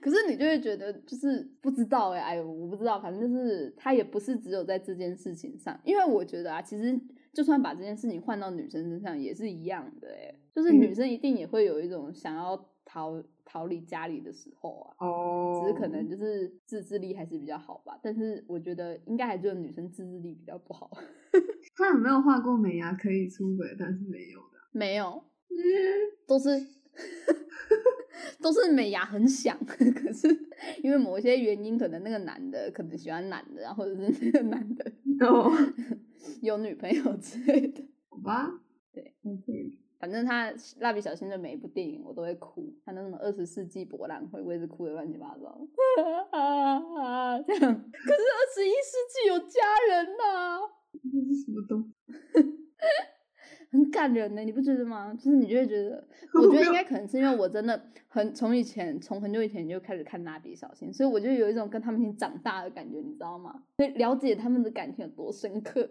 S2: 可是你就会觉得就是不知道哎、哎呦，我不知道，反正就是他也不是只有在这件事情上，因为我觉得啊，其实就算把这件事情换到女生身上也是一样的哎、就是
S1: 嗯
S2: 女生一定也会有一种想要逃逃离家里的时候啊。
S1: 哦，
S2: 只是可能就是自制力还是比较好吧，但是我觉得应该还是有女生自制力比较不好。
S1: 他有没有画过美牙可以出轨，但是没有的。
S2: 没有，
S1: 嗯，
S2: 都是 都是美牙很想， 可是因为某一些原因，可能那个男的可能喜欢男的，啊然后或者是那个男的
S1: 哦，
S2: 有女朋友之类的。
S1: 好吧，
S2: 对
S1: ，OK，
S2: 反正他蜡笔小新的每一部电影我都会哭，他那什么二十世纪博览会，我也是哭的乱七八糟， 啊啊啊这样。可是二十一世纪有家人呐、
S1: 这是什么东西？
S2: 很感人呢、你不觉得吗？就是你就会觉得，
S1: 我
S2: 我觉
S1: 没
S2: 得应
S1: 有
S2: 该可能是因为我真的很从以前从很久以前就开始看蜡笔小新，所以我就有一种跟他们一起长大的感觉，你知道吗？所以了解他们的感情有多深刻。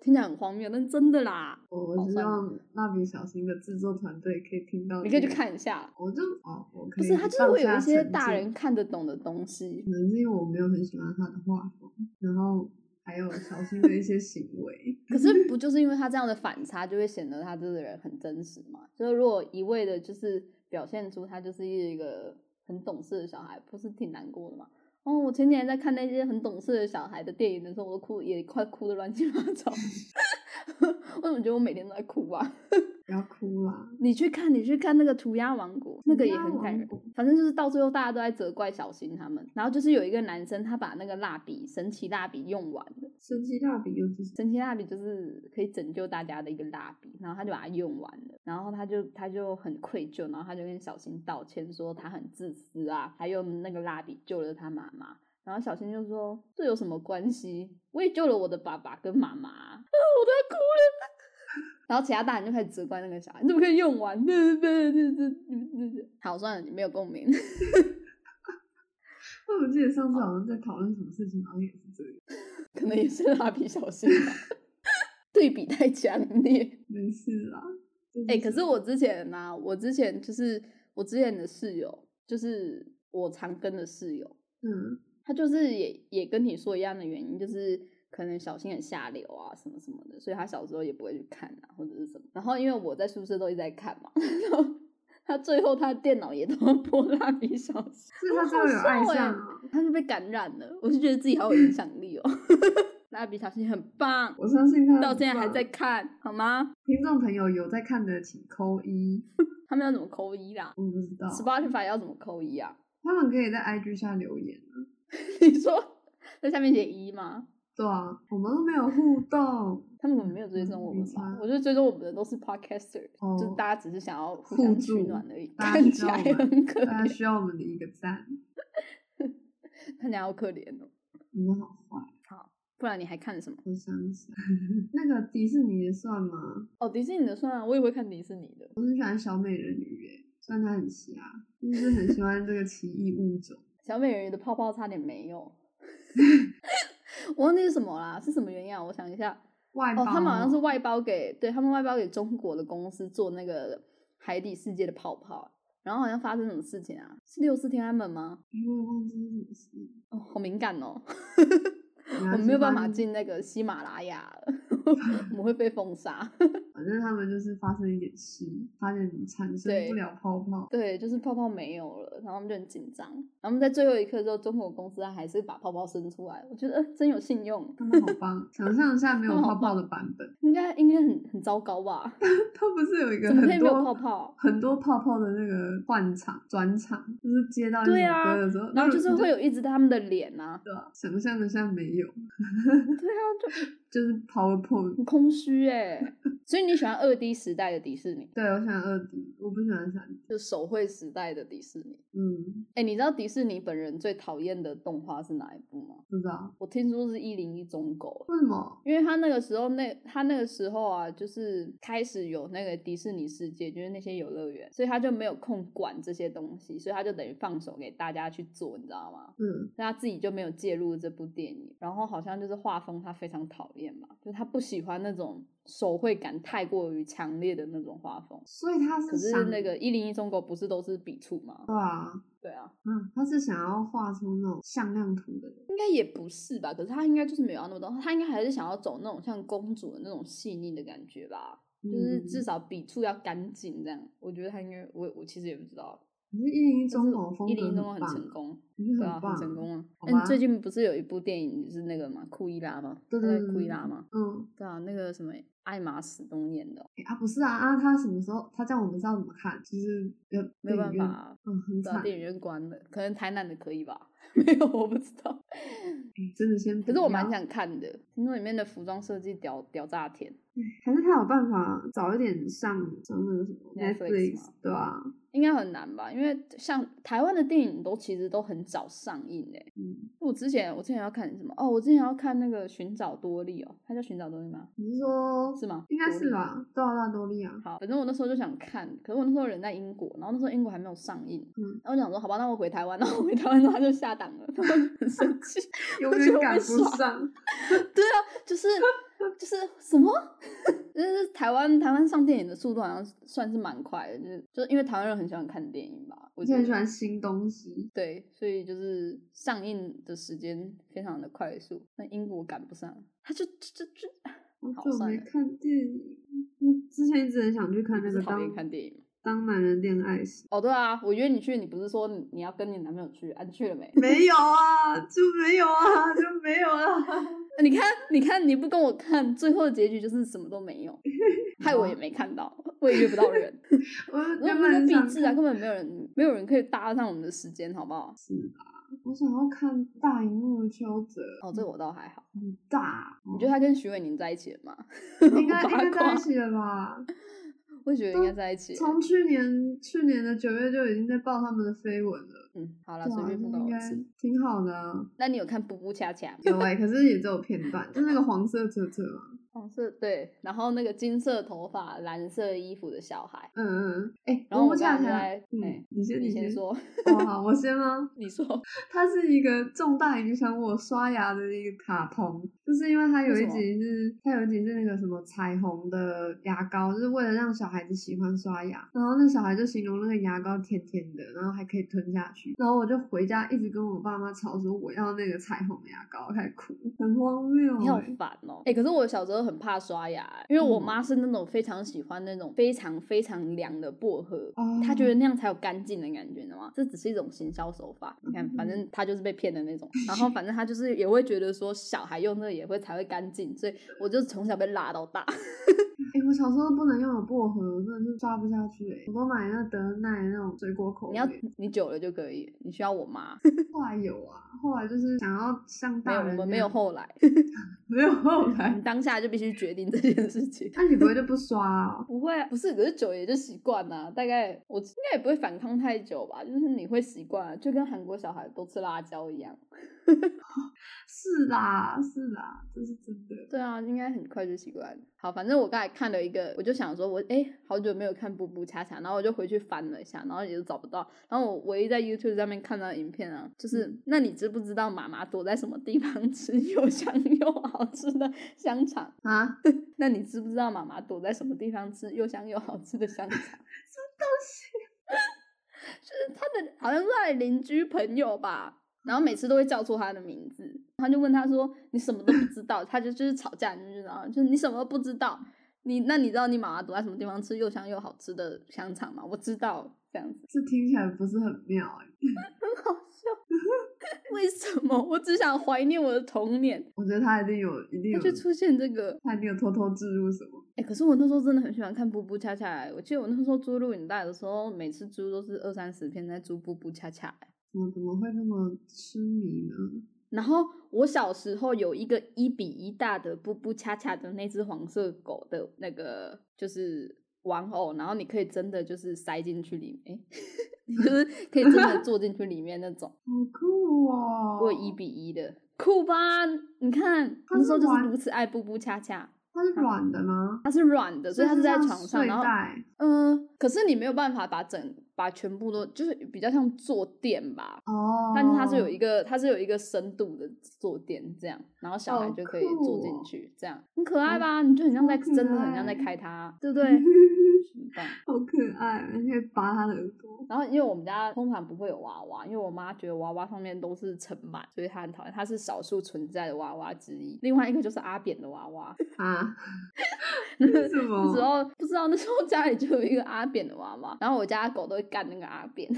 S2: 听起来很荒谬，但真的啦，
S1: 我我
S2: 好
S1: 希
S2: 算了
S1: 望蜡笔小新的制作团队可以听到。
S2: 你可以去，看一下。
S1: 我就哦，我嗯可
S2: 不
S1: 以
S2: 是，它就是
S1: 放
S2: 会有
S1: 下
S2: 一些
S1: 成
S2: 大
S1: 见
S2: 人看得懂的东西
S1: 可。能是因为我没有很喜欢他的画风，然后还有小新的一些行为。
S2: 可是
S1: 嗯
S2: 不就是因为他这样的反差，就会显得他这个人很真实嘛？就是如果一味的就是表现出他就是一个很懂事的小孩，不是挺难过的嘛？哦，我前几天在看那些很懂事的小孩的电影的时候，我都哭，也快哭的乱七八糟。 我怎么觉得我每天都在哭啊？
S1: 不要哭啦！
S2: 你去看，你去看那个《涂鸦王国》，那个也很感人
S1: 涂鸦王国。
S2: 反正就是到最后大家都在责怪小新他们，然后就是有一个男生他把那个蜡笔神奇蜡笔用完了。
S1: 神奇蜡笔又是什么
S2: 神奇蜡笔就是可以拯救大家的一个蜡笔，然后他就把它用完了，然后他就他就很愧疚，然后他就跟小新道歉说他很自私啊，他用那个蜡笔救了他妈妈。然后小新就说：“这有什么关系？我也救了我的爸爸跟妈妈啊， 啊我都要哭了。” 然后其他大人就开始责怪那个小孩：“你怎么可以用完？ 这这这这这……好，算了，你没有共鸣。
S1: 我记得上次好像在讨论什么事情，好像也是这个。
S2: 可能也是蜡笔小新吧， 对比太强烈。”
S1: 没事啦。就是
S2: 哎、可是
S1: 想
S2: 我之前呢、我之前就是我之前的室友，就是我常跟的室友，
S1: 嗯，
S2: 他就是也也跟你说一样的原因，就是可能小心很下流啊什么什么的，所以他小时候也不会去看啊或者是什么。然后因为我在宿舍都一直在看嘛， 然后他最后他的电脑也都播蜡笔小新，
S1: 所以他最后有爱上啊。
S2: 哎他就被感染了。我就觉得自己好有影响力哦， 蜡笔小新很棒，
S1: 我相信他
S2: 到
S1: 很
S2: 现在还
S1: 棒
S2: 在。看好吗？
S1: 听众朋友有在看的，请扣一。
S2: 他们要怎么扣一啦
S1: 我不知道，
S2: ？Spotify 要怎么扣一啊？
S1: 他们可以在 IG 下留言啊。
S2: 你说在下面写一吗？
S1: 对啊，我们都没有互动，
S2: 他们可能没有追踪我们吧
S1: 嗯？
S2: 我觉得追踪我们的都是 podcaster，、
S1: 哦
S2: 就是大家只是想要互
S1: 互
S2: 相取
S1: 助
S2: 暖而已，
S1: 大家
S2: 看
S1: 需
S2: 起
S1: 要
S2: 来
S1: 我们
S2: 很可
S1: 大家
S2: 怜，
S1: 需要我们的一个赞。
S2: 看起来好可怜哦。
S1: 你们好坏。
S2: 不然你还看什么？
S1: 我想一想， 那个迪士尼的算吗？
S2: 哦，迪士尼的算了，我也会看迪士尼的。
S1: 我很喜欢小美人鱼耶，虽然它很瞎，但是很喜欢这个奇异物种。
S2: 小美人鱼的泡泡差点没有， 我忘记是什么啦，是什么原因啊？我想一下，
S1: 外包
S2: 哦，他们好像是
S1: 哦
S2: 外包给，对他们外包给中国的公司做那个海底世界的泡泡，然后好像发生什么事情啊？是六四天安门吗？
S1: 因为忘记是什么事，
S2: 哦，好敏感哦，
S1: 关
S2: 我没有办法
S1: 系
S2: 进那个喜马拉雅了， 我们会被封杀。
S1: 反正他们就是发生一点事，差点产生
S2: 对
S1: 不了泡泡。
S2: 对，就是泡泡没有了，然后他们就很紧张。然后他们在最后一刻之后，中国公司还是把泡泡生出来，我觉得、呃、真有信用，
S1: 他们好棒，想象一下没有
S2: 他们好
S1: 泡泡的版本，
S2: 应该应该很很糟糕吧？
S1: 它不是有一个
S2: 怎么可
S1: 啊很
S2: 以
S1: 啊
S2: 没有
S1: 多
S2: 泡泡？
S1: 很多泡泡的那个换场转场，就是接到一首
S2: 对啊
S1: 歌的时候，
S2: 然后就是会
S1: 有
S2: 有一直他们的脸啊，
S1: 想象的像没有，
S2: 对啊，
S1: 就
S2: 就
S1: 是 PowerPoint
S2: 很空虚哎、所以你喜欢二 D 时代的迪士尼，
S1: 对，我喜欢二 D，我不喜欢三 D。
S2: 就手绘时代的迪士尼。
S1: 嗯，
S2: 哎、你知道迪士尼本人最讨厌的动画是哪一部吗？
S1: 不知道
S2: 我听说是一零一忠狗，
S1: 为什么。
S2: 因为他那个时候那他那个时候啊，就是开始有那个迪士尼世界，就是那些游乐园，所以他就没有空管这些东西，所以他就等于放手给大家去做，你知道吗？
S1: 嗯，
S2: 所以他自己就没有介入这部电影，然后好像就是画风他非常讨厌嘛，就是他不喜欢那种手绘感太过于强烈的那种画风。
S1: 所以他
S2: 可
S1: 是
S2: 是
S1: 想
S2: 那个一零一中国不是都是笔触吗？
S1: 对啊，
S2: 对啊，
S1: 嗯，他是想要画出那种向量图的人，
S2: 应该也不是吧？可是他应该就是没有要那么多，他应该还是想要走那种像公主的那种细腻的感觉吧。就是
S1: 嗯
S2: 至少笔触要干净这样。我觉得他应该，我我其实也不知道，
S1: 可是一零一中国
S2: 一
S1: 风格
S2: 零一中国
S1: 很
S2: 很
S1: 棒
S2: 成，功，
S1: 我觉
S2: 对
S1: 得
S2: 啊，
S1: 很棒，
S2: 很成。功啊。
S1: 好
S2: 嗯，
S1: 吧
S2: 最近不是有一部电影就是那个嘛，库伊拉嘛，
S1: 对
S2: 他
S1: 对
S2: 在
S1: 对
S2: 库伊
S1: 对
S2: 拉嘛，
S1: 嗯，
S2: 对啊，那个什么艾玛史东演的哦，
S1: 诶啊不是啊啊，他什么时候他叫我们知道怎么看，就是要
S2: 没
S1: 电
S2: 有
S1: 影
S2: 办法
S1: 院
S2: 啊，
S1: 嗯，很
S2: 对啊，
S1: 惨，
S2: 电影院关了，可能台南的可 以吧，没有我不知道。
S1: 诶真的先不
S2: 可
S1: 要。
S2: 是我蛮想看的，听说里面的服装设计屌屌炸天，
S1: 还是他有办法早一点上上那个什么
S2: Netflix 吗
S1: 对啊，
S2: 应该很难吧？因为像台湾的电影都其实都很早上映诶、
S1: 嗯，
S2: 我之前我之前要看什么？哦，我之前要看那个《寻找多利》哦，它叫《寻找多利》吗？
S1: 你是说
S2: 是吗？
S1: 应该是
S2: 多利。
S1: 吧？多大多利啊，
S2: 好，反正我那时候就想看，可是我那时候人在英国，然后那时候英国还没有上映，
S1: 嗯，
S2: 然后我想说好吧，那我回台湾，然后我回台湾之后它就下档了，然后就很生气，
S1: 永
S2: 我觉
S1: 远
S2: 得我
S1: 赶
S2: 被
S1: 不
S2: 耍
S1: 上。
S2: 对啊，就是就是什么？ 就是台湾台湾上电影的速度好像算是蛮快的，就是就是因为台湾人很喜欢看电影吧，我
S1: 我就
S2: 觉得
S1: 很喜欢新东西。
S2: 对，所以就是上映的时间非常的快速，那英国赶不上，他就就就就
S1: 好
S2: 好
S1: 久
S2: 算
S1: 哦没
S2: 了
S1: 看电影，我之前一直很想去看
S2: 你不
S1: 那
S2: 是
S1: 个
S2: 讨厌
S1: 当
S2: 看电影吗。
S1: 当男人恋爱时，
S2: 哦，对啊，我约你去，你不是说你你要跟你男朋友去？啊，你去了没？
S1: 没有啊，就没有啊， 就没有啊。
S2: 你看，你看，你不跟我看，最后的结局就是什么都 没有，害我也没看到，我也约不到人，
S1: 我
S2: 我
S1: 原本
S2: 们
S1: 很
S2: 就
S1: 想
S2: 闭置啊，
S1: 看
S2: 根本没有人，没有人可以搭上我们的时间，好不好？
S1: 是吧？我想要看大荧幕的邱泽，
S2: 哦，这个我倒还好。
S1: 很大，哦
S2: 你觉得他跟徐伟宁在一起了吗？
S1: 应该
S2: 我
S1: 应该
S2: 八卦
S1: 在一起了吧？
S2: 我觉得应该在一起。
S1: 嗯从去年去年的九月就已经在报他们的绯闻了，
S2: 嗯，好了，
S1: 对
S2: 随
S1: 啊，
S2: 便不
S1: 那
S2: 关
S1: 应
S2: 我
S1: 该
S2: 的事。
S1: 挺好的啊。
S2: 那你有看《布布恰恰》吗？
S1: 有哎、可是也只有片段，就那个黄色车车嘛。
S2: 黄色哦对，然后那个金色头发、蓝色衣服的小孩，
S1: 嗯嗯，嗯，哎、
S2: 然后
S1: 我
S2: 我
S1: 恰
S2: 刚刚
S1: 恰，
S2: 在
S1: 嗯
S2: 哎，
S1: 你先
S2: 你
S1: 先
S2: 先，说，
S1: 哦好，我先吗？
S2: 你说。
S1: 它是一个重大影响我刷牙的一个卡通，就是因为它有
S2: 为
S1: 一
S2: 什么
S1: 集是它有一集是那个什么彩虹的牙膏，就是为了让小孩子喜欢刷牙，然后那小孩就形容那个牙膏甜甜的，然后还可以吞下去，然后我就回家一直跟我爸妈吵说我要那个彩虹牙膏，开始哭，很荒谬、
S2: 你好
S1: 欸。
S2: 烦哦、哎、可是我小时候很怕刷牙欸、因为我
S1: 嗯
S2: 妈是那种非常喜欢那种非常非常凉的薄荷，
S1: 哦
S2: 她觉得那样才有干净的感觉，你知道吗？这只是一种行销手法。你看，反
S1: 嗯
S2: 正她就是被骗的那种。然后反正她就是也会觉得说小孩用那个也会才会干净，所以我就从小被辣到大。
S1: 哎、我小时候不能用有薄荷，我真的是抓不下去、欸。我都买那德奈那种水果口味，
S2: 你要你久了就可以，你需要我妈，
S1: 后来有啊，后来就是想要像
S2: 没有
S1: 大
S2: 我
S1: 人
S2: 们
S1: 那
S2: 没有
S1: 样
S2: 后来，
S1: 没有后来
S2: 你，当下就必须决定这件事情。
S1: 那、你不会就不刷哦？
S2: 不会啊，不是，可是久也就习惯啦、大概我应该也不会反抗太久吧，就是你会习惯啊、就跟韩国小孩都吃辣椒一样。
S1: 是啦，是啦，这是真的。
S2: 对啊，应该很快就习惯了。好，反正我刚才看了一个，我就想说我，哎好久没有看《布布恰恰》，然后我就回去翻了一下，然后也找不到。然后我唯一在 YouTube 上面看到的影片啊，就是、那你知不知道妈妈躲在什么地方吃 又香又好吃的香肠？
S1: 啊，东
S2: 那你知不知道妈妈躲在什么地方吃又香又好吃的香肠？
S1: 西
S2: 就是他的好像是他的邻居朋友吧，然后每次都会叫错他的名字，他就问他说你什么都不知道，他就就是吵架，你就知道，就是你什么都不知道，你那你知道你妈妈躲在什么地方吃又香又好吃的香肠吗？我知道，这样子
S1: 这听起来不是很妙哎、
S2: 很好笑，为什么？我只想怀念我的童年，
S1: 我觉得他一定有，一定
S2: 他
S1: 有，
S2: 就出现这个，
S1: 他一定有偷偷植入什么。
S2: 哎、可是我那时候真的很喜欢看《布布恰恰、欸》，我记得我那时候租录影带的时候，每次租都是二三十片在租《布布恰恰、欸》。
S1: 怎么怎么会这么痴迷呢？
S2: 然后我小时候有一个一比一大的布布恰恰的那只黄色狗的那个就是玩偶，然后你可以真的就是塞进去里面， 你就是可以真的坐进去里面那种。
S1: 好酷哦！
S2: 我有一比一的，酷吧？你看
S1: 它
S2: 那时候
S1: 是
S2: 就是
S1: 玩
S2: 如此爱布布恰恰，
S1: 它是软的吗？
S2: 它是软的，所以它是在
S1: 像
S2: 床上，
S1: 睡
S2: 然后
S1: 袋
S2: 嗯、可是你没有办法把整把全部都就是比较像坐垫吧，
S1: 哦，
S2: 但是它是 有一个，它是有一个深度的坐垫，这样，然后小孩
S1: 好
S2: 就可以坐
S1: 酷
S2: 进
S1: 哦
S2: 去，这样很可爱
S1: 好
S2: 吧？你就很像
S1: 好
S2: 在，
S1: 可
S2: 真的很像在
S1: 爱嗯
S2: 开它，对不对？ 很棒。
S1: 好可爱，而且拔它的耳朵。
S2: 然后因为我们家通常不会有娃娃，因为我妈觉得娃娃上面都是尘螨，所以她很讨厌。她是少数存在的娃娃之一。另外一个就是阿扁的娃娃，
S1: 啊？ 为什
S2: 那时
S1: 么？
S2: 候不知道那时候家里就有一个阿扁的娃娃，然后我家狗都会干那个阿 扁，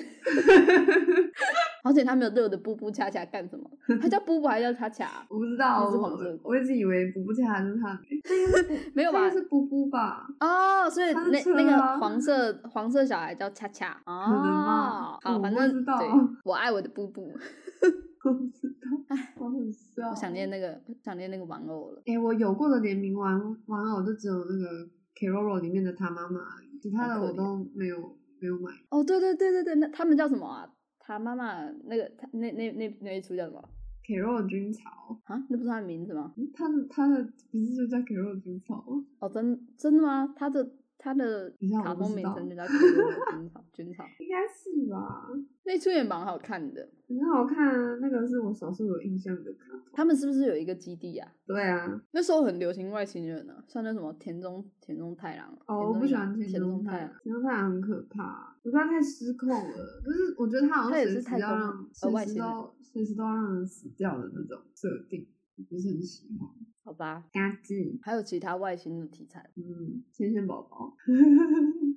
S2: 而且它没有热的布布恰恰干什么？它叫布布还是叫恰恰啊？
S1: 我不知道，
S2: 那是
S1: 我
S2: 黄色狗
S1: 我一直以为布布恰恰是它的名字，那应该是
S2: 没有
S1: 应该
S2: 吧？
S1: 是布布吧？
S2: 哦，所以
S1: 他是
S2: 那
S1: 车
S2: 那个
S1: 啊
S2: 黄色黄色小孩叫恰恰哦，
S1: 能吧
S2: 好，
S1: 我
S2: 反
S1: 不
S2: 正
S1: 知
S2: 对
S1: 道，
S2: 我爱我的布布，
S1: 我不知道，好好笑。
S2: 我想念那个我想念那个玩偶了。
S1: 哎、我有过的联名玩玩偶就只有那个 k e r o r o 里面的他妈妈而已，其他的
S2: 好可
S1: 我
S2: 怜
S1: 都没有没有买。
S2: 哦，对对对对对，那他们叫什么啊？他妈妈那个他那那那那一出叫什么
S1: k e r o r o 军曹，
S2: 啊？那不是他的名字吗？
S1: 嗯他的他的名字就叫 k e r o r o 军曹吗，
S2: 哦，真真的吗？他的它的
S1: 等一下我
S2: 卡
S1: 不
S2: 通
S1: 知
S2: 名
S1: 道
S2: 称就叫《侏罗纪军草军草》，
S1: 应该是吧，
S2: 那出也蛮好看的。
S1: 很好看啊，那个是我少数有印象的卡通。
S2: 他们是不是有一个基地啊？
S1: 对啊，
S2: 那时候很流行外星人啊，像那什么田中田中太郎啊。
S1: 哦，我
S2: 田中
S1: 不喜
S2: 阳
S1: 欢田
S2: 田
S1: 中
S2: 太
S1: 太
S2: 啊郎
S1: 郎，。田中太郎很可怕，我觉得他太失控了。就是我觉得他好
S2: 他
S1: 像
S2: 也
S1: 随
S2: 是
S1: 时
S2: 太
S1: 要
S2: 空
S1: 让
S2: 呃
S1: 随
S2: 外
S1: 时
S2: 星人
S1: 都随时都要让人死掉的那种设定，我不是很喜欢。
S2: 好吧，
S1: 嘎吱，
S2: 还有其他外星的题材。
S1: 嗯，天线宝宝，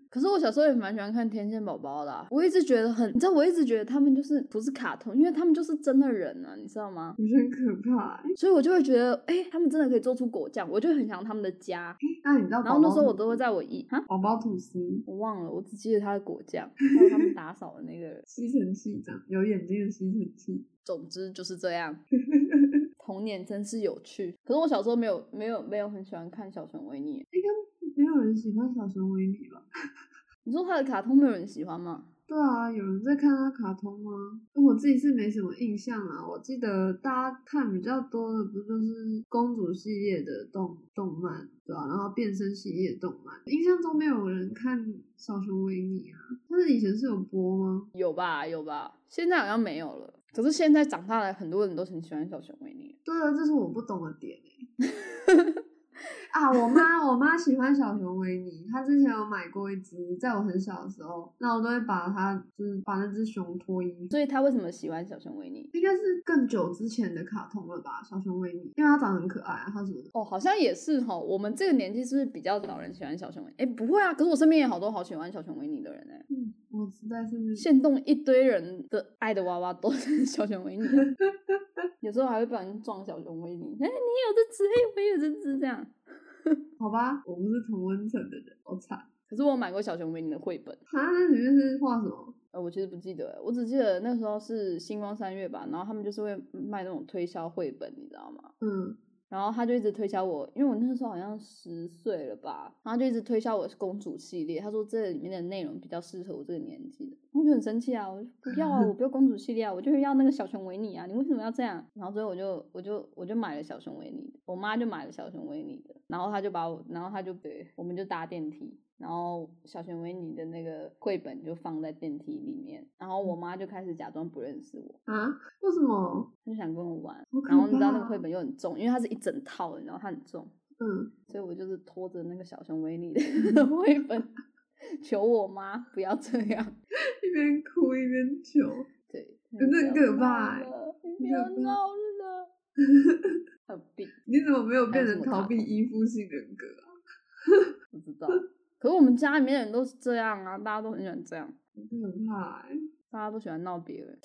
S2: 可是我小时候也蛮喜欢看《天线宝宝》的啊、我一直觉得很，你知道，我一直觉得他们就是不是卡通，因为他们就是真的人啊，你知道吗？
S1: 我觉得很可怕欸、
S2: 所以我就会觉得，哎、他们真的可以做出果酱，我就很想他们的家。
S1: 那你知道宝宝
S2: 然后
S1: 吐司？
S2: 那时候我都会在我一啊，
S1: 宝宝吐司
S2: 我忘了，我只记得他的果酱，还有他们打扫的那个人。
S1: 吸尘器长有眼睛的吸尘器，
S2: 总之就是这样。 童年真是有趣，可是我小时候没有没有没有很喜欢看小熊维尼。
S1: 应该没有人喜欢小熊维尼吧？
S2: 你说他的卡通没有人喜欢吗？
S1: 对啊，有人在看他卡通吗？我自己是没什么印象啊。我记得大家看比较多的，不就是公主系列的动动漫，对吧、然后变身系列的动漫，印象中没有人看小熊维尼啊。但是以前是有播吗？
S2: 有吧有吧，现在好像没有了。可是现在长大了，很多人都很喜欢小熊维尼。
S1: 对啊，这是我不懂的点欸啊，我妈，我妈喜欢小熊维尼，她之前有买过一只，在我很小的时候，那我都会把它，就是把那只熊脱衣服。
S2: 所以他为什么喜欢小熊维尼？
S1: 应该是更久之前的卡通了吧，小熊维尼，因为它长得很可爱、啊，它什么的。
S2: 哦，好像也是哈。我们这个年纪是不是比较少人喜欢小熊维尼？哎，不会啊，可是我身边也好多好喜欢小熊维尼的人哎。
S1: 嗯，我实在是
S2: 现动一堆人的爱的娃娃都是小熊维尼啊、有时候还会不小心撞小熊维尼，哎、你有这只，哎、我也有这只，这样。
S1: 好吧，我不是同温层的人，好惨。
S2: 可是我买过小熊维尼的绘本，
S1: 啊，那里面是画什么？
S2: 呃，我其实不记得，我只记得那时候是星光三月吧，然后他们就是会卖那种推销绘本，你知道吗？
S1: 嗯，
S2: 然后他就一直推销我，因为我那时候好像十岁了吧，然后就一直推销我公主系列。他说这里面的内容比较适合我这个年纪的，我就很生气啊，我就不要啊，我不要公主系列啊，我就是要那个小熊维尼啊，你为什么要这样？然后所以我就我就我就买了小熊维尼的，我妈就买了小熊维尼的，然后他就把我，然后他就对，我们就搭电梯。然后小熊维尼的那个绘本就放在电梯里面，然后我妈就开始假装不认识我，
S1: 啊，为什么？
S2: 他就想跟我玩
S1: 好，可
S2: 然后你知道那个
S1: 怕
S2: 绘本又很重，因为它是一整套的，然后它很重，
S1: 嗯，
S2: 所以我就是拖着那个小熊维尼的 绘本，求我妈不要这样。
S1: 一边哭一边求。
S2: 对，
S1: 真的很
S2: 不要
S1: 可怕
S2: 闹
S1: 欸
S2: 了你
S1: 很
S2: 不要
S1: 可怕
S2: 闹 了，很病，
S1: 你怎么没有
S2: 还有
S1: 变
S2: 什
S1: 成
S2: 么
S1: 逃
S2: 卡
S1: 避
S2: 通
S1: 依附性人格啊？
S2: 不知道。可是我们家里面的人都是这样啊，大家都很喜欢这样，
S1: 很可怕、欸，
S2: 大家都喜欢闹别人。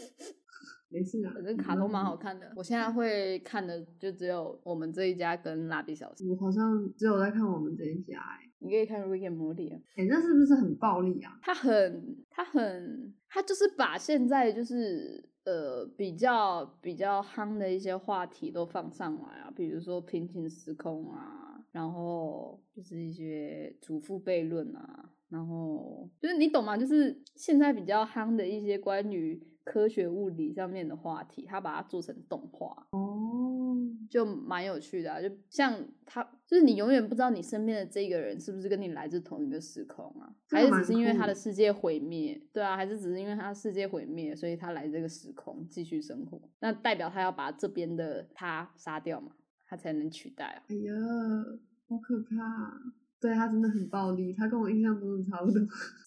S1: 没事啊。
S2: 反正卡通蛮好看的，我现在会看的就只有我们这一家跟蜡笔小新。
S1: 我好像只有在看我们这一家、欸，
S2: 你可以看《Rick and Morty》啊。
S1: 哎、那是不是很暴力啊？
S2: 他很，他很，他就是把现在就是呃比较比较夯的一些话题都放上来啊，比如说平行时空啊，然后就是一些祖父悖论啊，然后就是你懂吗？就是现在比较夯的一些关于科学物理上面的话题，他把它做成动画，
S1: 哦，
S2: 就蛮有趣的、啊。就像他，就是你永远不知道你身边的这个人是不是跟你来自同一个时空啊，
S1: 这
S2: 还
S1: 个
S2: 是只
S1: 蛮
S2: 是因为
S1: 酷
S2: 他的
S1: 的
S2: 世界毁灭？对啊，还是只是因为他的世界毁灭，所以他来这个时空继续生活？那代表他要把这边的他杀掉嘛，他才能取代啊。
S1: 哎呀，好可怕、啊对他真的很暴力，他跟我印象中的差不多。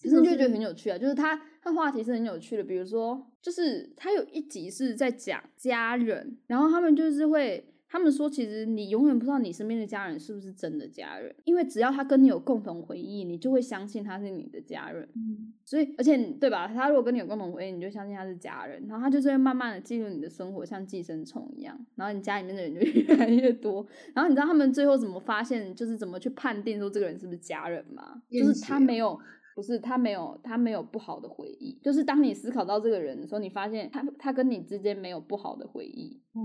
S2: 其实就
S1: 嗯
S2: 觉得很有趣啊，就是他他话题是很有趣的，比如说，就是他有一集是在讲家人，然后他们就是会。他们说，其实你永远不知道你身边的家人是不是真的家人，因为只要他跟你有共同回忆，你就会相信他是你的家人。
S1: 嗯，
S2: 所以，而且你对吧？他如果跟你有共同回忆，你就相信他是家人，然后他就是会慢慢的进入你的生活，像寄生虫一样。然后你家里面的人就 越来越多。然后你知道他们最后怎么发现，就是怎么去判定说这个人是不是家人吗？
S1: 验
S2: 就是
S1: 血
S2: 他
S1: 哦
S2: 没有，不是他没有，他没有不好的回忆。就是当你思考到这个人的时候，你发现他他跟你之间没有不好的回忆，
S1: 哦，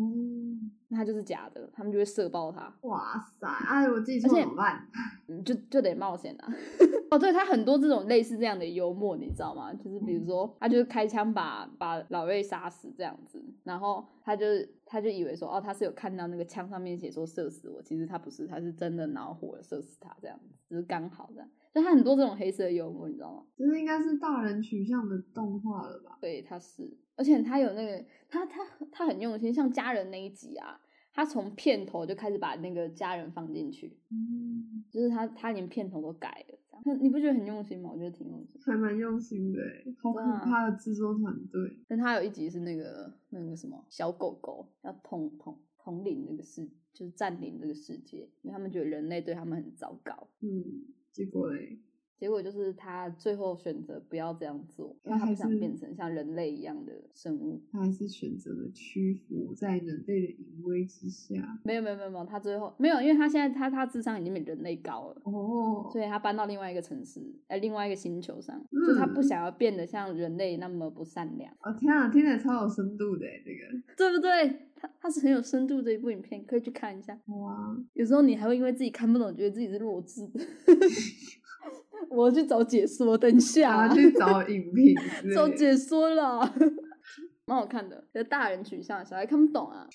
S2: 那他就是假的，他们就会射爆他。
S1: 哇塞！哎，我记错
S2: 而且
S1: 怎么办？
S2: 嗯，就就得冒险啊。 哦，对他很多这种类似这样的幽默，你知道吗？就是比如说，他就是开枪把把老瑞杀死这样子，然后他就他就以为说，哦，他是有看到那个枪上面写说射死我，其实他不是，他是真的恼火了射死他这样子，只是刚好这样。就它很多这种黑色幽默，你知道吗？
S1: 这应该是大人取向的动画了吧？
S2: 对，它是，而且它有那个，它它它很用心，像家人那一集啊，它从片头就开始把那个家人放进去，
S1: 嗯，
S2: 就是它它连片头都改了，这样那你不觉得很用心吗？我觉得挺用心。
S1: 还蛮用心的欸，好可
S2: 对啊
S1: 怕的制作团队。
S2: 但它有一集是那个那个什么小狗狗要统统统领这个世，就是占领这个世界，因为他们觉得人类对他们很糟糕。
S1: 嗯，结果嘞，
S2: 结果就是他最后选择不要这样做，
S1: 他
S2: 因为他
S1: 还
S2: 不想
S1: 是
S2: 变成像人类一样的生物。
S1: 他还是选择了屈服在人类的淫威之下。
S2: 没有没有没有没有，他最后没有，因为他现在他他智商已经比人类高了，
S1: 哦，
S2: 所以他搬到另外一个城市，呃，另外一个星球上，就
S1: 嗯
S2: 他不想要变得像人类那么不善良，
S1: 哦天啊，听起来超有深度的欸这个。
S2: 对不对？他他是很有深度的一部影片，可以去看一下。
S1: 哇，
S2: 有时候你还会因为自己看不懂，觉得自己是弱智的。 我要去找解说，等一
S1: 想
S2: 下、
S1: 要去找影评之 类
S2: 找
S1: 的。
S2: 解说了， 蛮好看的。可是大人取向，小孩看不懂啊。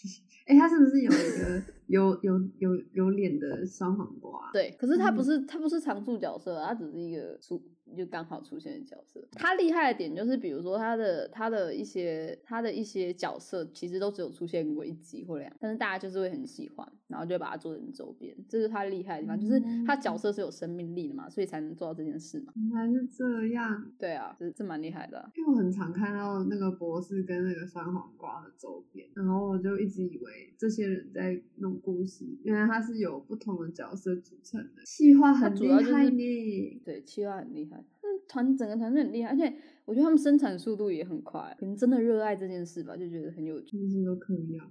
S1: 哎，他是不是有一个有有有有脸的酸黄瓜？
S2: 对，可是他不
S1: 嗯
S2: 是、他不是常驻角色啊，他只是一个出就刚好出现的角色。他厉害的点就是，比如说他的他的一些他的一些角色，其实都只有出现过一集或两，但是大家就是会很喜欢，然后就会把它做成周边，这是他厉害的地方，就是他角色是有生命力的嘛，所以才能做到这件事嘛。
S1: 原来是这样，
S2: 对啊，这这蛮厉害的啊、
S1: 因为我很常看到那个博士跟那个酸黄瓜的周边，然后我就一直以为这些人在弄故事，原来他是有不同的角色组成的，细化
S2: 他
S1: 很
S2: 主
S1: 厉
S2: 要就
S1: 害
S2: 是
S1: 呢。
S2: 对，企划很厉害，嗯，团整个团队很厉害，而且我觉得他们生产速度也很快，啊可能真的热爱这件事吧，就觉得很有趣，
S1: 真是都可以啊，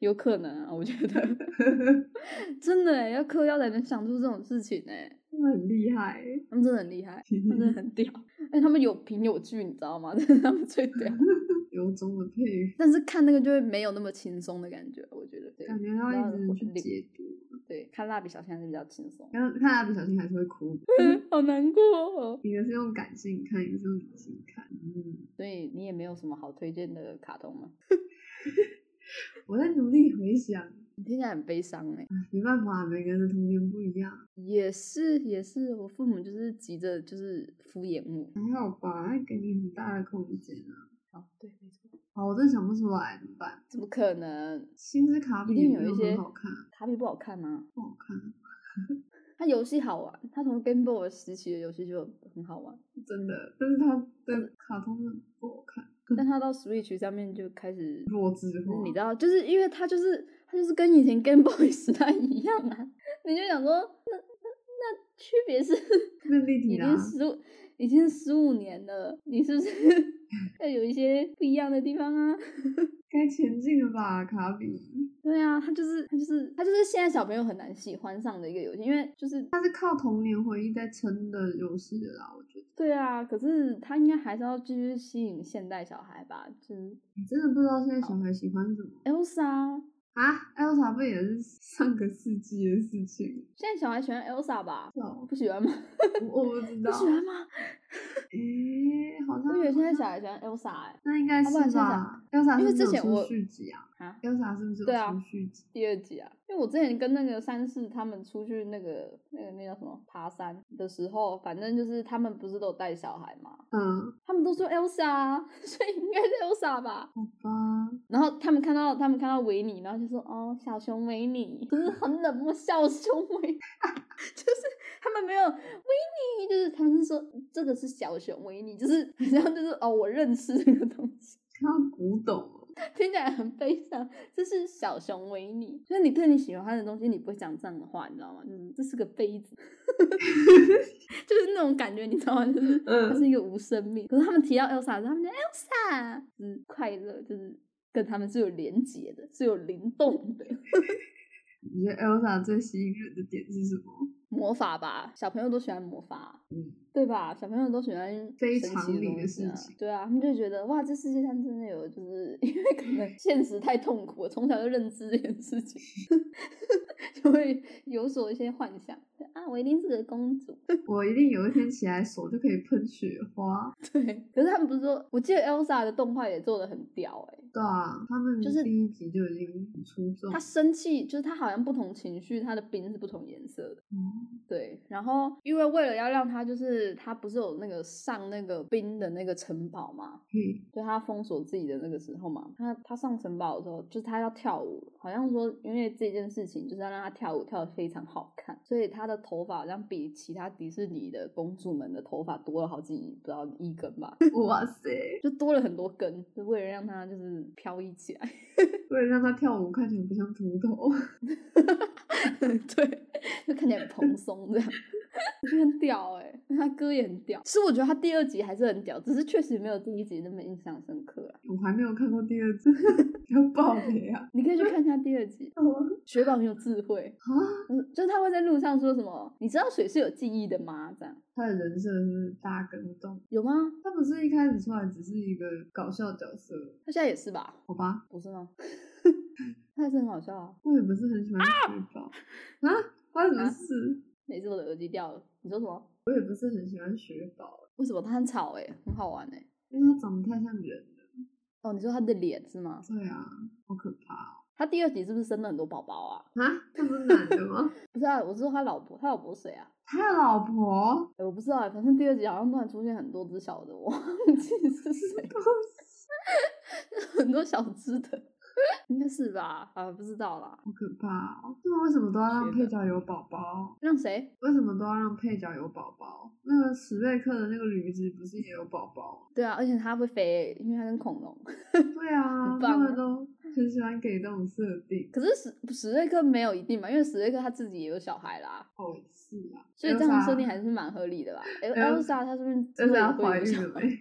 S2: 有可能啊，我觉 得真的欸要嗑药才能想出这种事情哎、
S1: 真的很厉害欸。
S2: 他们真的很厉害，他们真的很屌，哎、他们有凭有据，你知道吗？这 是他们最屌，
S1: 由衷的佩服，
S2: 但是看那个就会没有那么轻松的感觉，我觉得对
S1: 感觉要一直去
S2: 然后
S1: 解读。
S2: 对，看蜡笔小新还是比较轻松，
S1: 然后看蜡笔小新还是会哭，
S2: 好难过、 哦，
S1: 一个是用感性看，一个是用理性看。嗯，
S2: 所以你也没有什么好推荐的卡通吗？
S1: 我在努力回想，
S2: 你听起来很悲伤哎、
S1: 没办法，每个人的童年不一样，
S2: 也是也是，我父母就是急着就是敷衍我。
S1: 还好吧，他给你很大的空间啊。
S2: 啊，对，没错，
S1: 好，我真想不出来怎么办？
S2: 怎么可能？
S1: 星之卡比
S2: 一定
S1: 也没
S2: 有一些
S1: 很好看，
S2: 卡比不好看吗？
S1: 不好看，
S2: 它游戏好玩，它从 Game Boy 时期的游戏就很好玩，
S1: 真的。但是它的卡通真的不好看，
S2: 但它到 Switch 上面就开始，
S1: 嗯弱智
S2: 就是
S1: 化。
S2: 你知道，就是因为它就是它就是跟以前 Game Boy 时代一样啊，你就想说，那那那区别是
S1: 那立体
S2: 已
S1: 的
S2: 经
S1: 啊，
S2: 十五已经十五年了，你是不是要有一些不一样的地方啊？
S1: 该前进了吧，卡比。
S2: 对啊，他就是他就是他就是现在小朋友很难喜欢上的一个游戏，因为就是
S1: 它是靠童年回忆在撑的游戏的啦，我觉得。
S2: 对啊，可是他应该还是要继续吸引现代小孩吧，就是
S1: 你真的不知道现在小孩喜欢什么
S2: Elsa，
S1: 啊？Elsa 不也是上个世纪的事情？
S2: 现在小孩喜欢 Elsa 吧？
S1: 哦，
S2: 不喜欢吗？
S1: 我我不知
S2: 不
S1: 道。
S2: 喜欢吗？
S1: 诶、好
S2: 我以为
S1: 像
S2: 现在小孩喜欢 Elsa 哎、
S1: 那应该
S2: 要不然
S1: 是
S2: 现在
S1: 吧？Elsa
S2: 因为
S1: 是不
S2: 之
S1: 是有
S2: 前我
S1: 出续集啊
S2: 啊，
S1: ？Elsa 是不是有
S2: 对啊
S1: 出续集？
S2: 第二集啊，因为我之前跟那个三世他们出去那个那个那叫什么爬山的时候，反正就是他们不是都有带小孩嘛，
S1: 嗯，
S2: 他们都说 Elsa，啊 所以应该是 Elsa 吧？
S1: 好吧，
S2: 然后他们看到他们看到维尼，然后就说：“哦，小熊维尼，就是很冷漠，小熊维尼， 就是他们没有维尼，就是他们是说这个是小熊维尼，就是 好像就是哦，我认识这个东西，
S1: 看到古董哦，
S2: 听起来很悲伤。这是小熊维尼，就是你对你喜欢的东西，你不会讲这样的话，你知道吗？就是这是个杯子， 就是那种感觉，你知道吗？就是它
S1: 嗯，
S2: 是一个无生命。可是他们提到 Elsa 的时候，他们就 Elsa，就是快乐，就是跟他们是有连结的，是有灵动的
S1: 你觉得 Elsa 最吸引人的点是什么？
S2: 魔法吧。小朋友都喜欢魔法，
S1: 嗯，
S2: 对吧？小朋友都喜欢
S1: 非
S2: 神
S1: 常
S2: 奇
S1: 理的
S2: 东西
S1: 事
S2: 啊
S1: 情
S2: 对啊，他们就觉得哇，这世界上真的有，就是因为可能现实太痛苦，我从小就认知这件事情， 就会有所一些幻想啊，我一定是个公主。
S1: 我一定有一天起来手就可以喷雪花。
S2: 对，可是他们不是说，我记得 Elsa 的动画也做的很屌哎、
S1: 对啊，他们
S2: 就是
S1: 第一集就已经很出众
S2: 她。生气就是她好像不同情绪，她的冰是不同颜色的。
S1: 嗯
S2: 对，然后因为为了要让他就是他不是有那个上那个冰的那个城堡嘛，
S1: 嘿
S2: 就他封锁自己的那个时候嘛，他他上城堡的时候，就是他要跳舞，好像说因为这件事情就是要让他跳舞跳得非常好看，所以他的头发好像比其他迪士尼的公主们的头发多了好几不知道一根吧，
S1: 哇塞！
S2: 就多了很多根，就为了让他就是飘逸起来。
S1: 为了让他跳舞看起来不像秃头，
S2: 对，就看起来很蓬松这样，我觉得很屌哎、他歌也很屌。其实我觉得他第二集还是很屌，只是确实没有第一集那么印象深刻啊。
S1: 我还没有看过第二集， 要爆雷 啊！，
S2: 你可以去看一下第二集
S1: 啊，
S2: 雪宝很有智慧，嗯就是他会在路上说什么，你知道水是有记忆的吗？这样
S1: 他的人设是大跟动，
S2: 有吗？
S1: 他不是一开始出来只是一个搞笑角色，
S2: 他现在也是吧？
S1: 好吧？
S2: 不是吗？ 他还是很好笑啊！
S1: 我也不是很喜欢雪宝啊，发生什么
S2: 啊
S1: 事？
S2: 每次我的耳机掉了，你说什么？
S1: 我也不是很喜欢雪宝，
S2: 为什么他很吵哎、很好玩哎、
S1: 因为他长得太像人了。
S2: 哦，你说他的脸是吗？
S1: 对啊，好可怕哦！
S2: 他第二集是不是生了很多宝宝啊？
S1: 啊，这不是男的吗？
S2: 不是啊，我是说他老婆，他老婆谁啊？
S1: 他的老婆，
S2: 欸我不知道欸，反正第二集好像突然出现很多只小的，我忘记是谁， 很多小只的，应该是吧？啊，不知道啦。
S1: 好可怕哦！那为什么都要让
S2: 学的
S1: 配角有宝宝？
S2: 让谁？
S1: 为什么都要让配角有宝宝？那个史瑞克的那个驴子不是也有宝宝？
S2: 对啊，而且它会飞欸，因为它跟恐龙。
S1: 对啊，
S2: 很
S1: 他
S2: 棒
S1: 们
S2: 啊
S1: 都很喜欢给这种设定。
S2: 可是史史瑞克没有一定嘛，因为史瑞克他自己也有小孩啦，
S1: 哦，是啊，
S2: 所以这样的设定
S1: Elsa-
S2: 还是蛮合理的吧？哎，艾
S1: 有
S2: 丽莎她是不是之后也
S1: Elsa
S2: 会
S1: 啊怀
S2: 有
S1: 孕
S2: 小
S1: 了
S2: 孩？
S1: 没？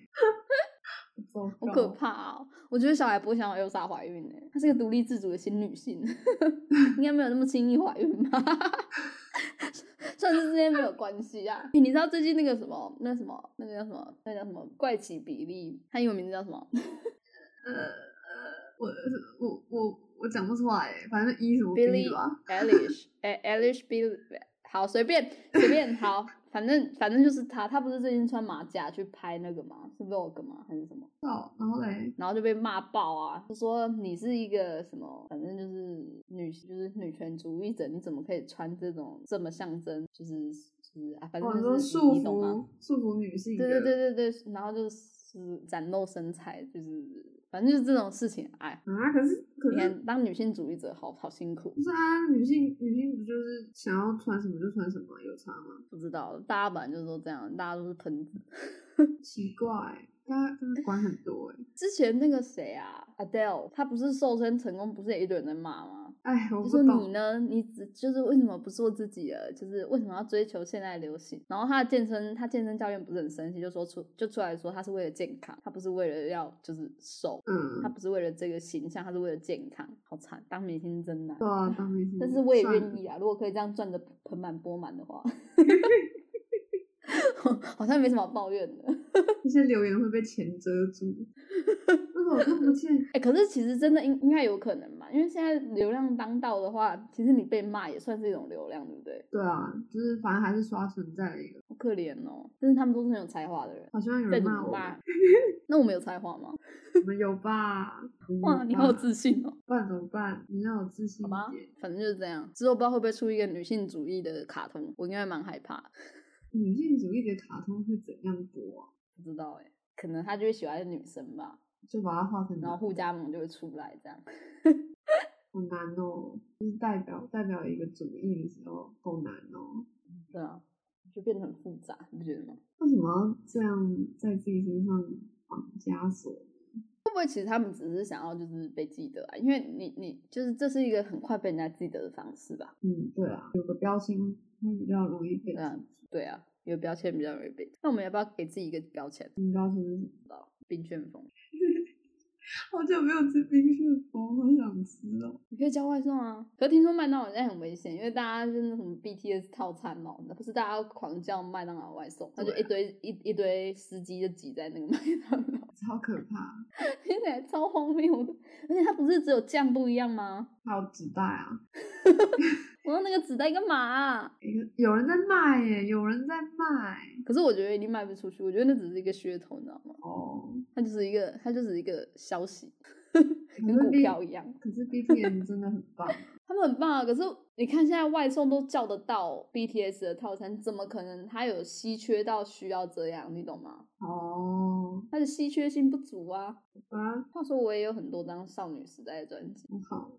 S1: 糟
S2: 好
S1: 糕
S2: 可！怕哦！我觉得小孩不会想要艾莎怀孕呢、欸她是个独立自主的新女性， 应该没有那么轻易怀孕吧？ 算是之间没有关系啊、欸你知道最近那个什么，那什么，那个叫什么，那个叫什么怪奇比利，他英文名字叫什么？
S1: 呃呃，我我我我讲不出来欸，反正一什么 B
S2: Billie
S1: 吧。
S2: Eilish，哎，Eilish Billie，好，随便随便，好，反正反正就是他，他不是最近穿马甲去拍那个吗？是 Vogue 吗？还是什么？
S1: 哦，然后嘞，
S2: 然后就被骂爆啊，就说你是一个什么，反正就是女就是女权主义者，你怎么可以穿这种这么象征，就是就是啊，反正
S1: 哦，
S2: 就
S1: 你说
S2: 是
S1: 束
S2: 你懂吗？
S1: 缚束缚女性
S2: 对
S1: 的，
S2: 对对对对，然后就是展露身材，就是反正就是这种事情， 哎，
S1: 啊，可是可
S2: 你
S1: 是
S2: 看当女性主义者好好辛苦
S1: 不，是啊，女性女性不就是想要穿什么就穿什么，有差吗？
S2: 不知道大家本来就是都这样，大家都是喷子。
S1: 奇怪，大家真的管很多哎。
S2: 之前那个谁啊，Adele，她不是瘦身成功，不是也一堆人在骂吗？
S1: 哎，我
S2: 就
S1: 不
S2: 说你
S1: 懂。
S2: 呢，你只就是为什么不做自己了？就是为什么要追求现在流行？然后他的健身，他健身教练不是很生气，就说出就出来说他是为了健康，他不是为了要就是瘦，他
S1: 嗯，
S2: 不是为了这个形象，他是为了健康。好惨，当明星真难。
S1: 对啊，当明星。
S2: 但是我也
S1: 算
S2: 愿
S1: 了。
S2: 意啊，如果可以这样赚的盆满钵满 的话，好像没什么好抱怨的。
S1: 那些留言会被钱遮 住，但是我看不见。
S2: 哎、可是其实真的应应该有可能嘛，因为现在流量当道的话，其实你被骂也算是一种流量，对不对？
S1: 对啊，就是反正还是刷存在的一个。
S2: 好可怜哦，但是他们都是很有才华的人。
S1: 好希望有
S2: 再
S1: 人
S2: 怎
S1: 骂我
S2: 么
S1: 嗯们，
S2: 骂，那我们有才华吗？
S1: 我们有吧？我们
S2: 哇，
S1: 有
S2: 你
S1: 吧
S2: 好有，自信哦！
S1: 不然怎么办？你要有自信
S2: 好吧
S1: 一点。，
S2: 反正就是这样。之后不知道会不会出一个女性主义的卡通，我应该蛮害怕。
S1: 女性主义的卡通会怎样播啊、
S2: 不知道哎、可能他就会喜欢女生吧，
S1: 就把它画成
S2: 然后互加盟就会出来这样。
S1: 好难哦，就是代表代表一个主义的时候好难哦。
S2: 对啊，就变得很复杂，你不觉得吗？
S1: 为什么要这样在自己身上绑枷锁？
S2: 会不会其实他们只是想要就是被记得啊？因为你你就是这是一个很快被人家记得的方式吧？
S1: 嗯，对啊，有个标签会比较容易被
S2: 对啊，对啊，有标签比较容易被。那我们要不要给自己一个标签？
S1: 标签是什么
S2: 冰旋风。
S1: 好久没有吃冰旋风，好想吃哦。
S2: 你可以叫外送啊。可是听说麦当劳现在很危险，因为大家就是那什么 BTS 套餐嘛，不是大家狂叫麦当劳外送，他就
S1: 对啊
S2: 一堆一一堆司机就挤在那个麦当劳，
S1: 超可怕，
S2: 听起来超荒谬的。而且它不是只有酱不一样吗？
S1: 还有纸袋啊，
S2: 我用那个纸袋干嘛啊、
S1: 一个有人在卖耶，有人在卖
S2: 可是我觉得一定卖不出去，我觉得那只是一个噱头，你知道吗？
S1: 哦。
S2: 它就是一个，它就是一个消息，
S1: 可
S2: 跟
S1: 是
S2: 股
S1: B-
S2: 票一样。
S1: 可是 BTS 真的很棒，
S2: 他们很棒啊，可是你看现在外送都叫得到 BTS 的套餐，怎么可能它有稀缺到需要这样？你懂吗？
S1: 哦，
S2: 它的稀缺性不足啊。
S1: 啊，
S2: 话说我也有很多张少女时代的专辑，
S1: 很好。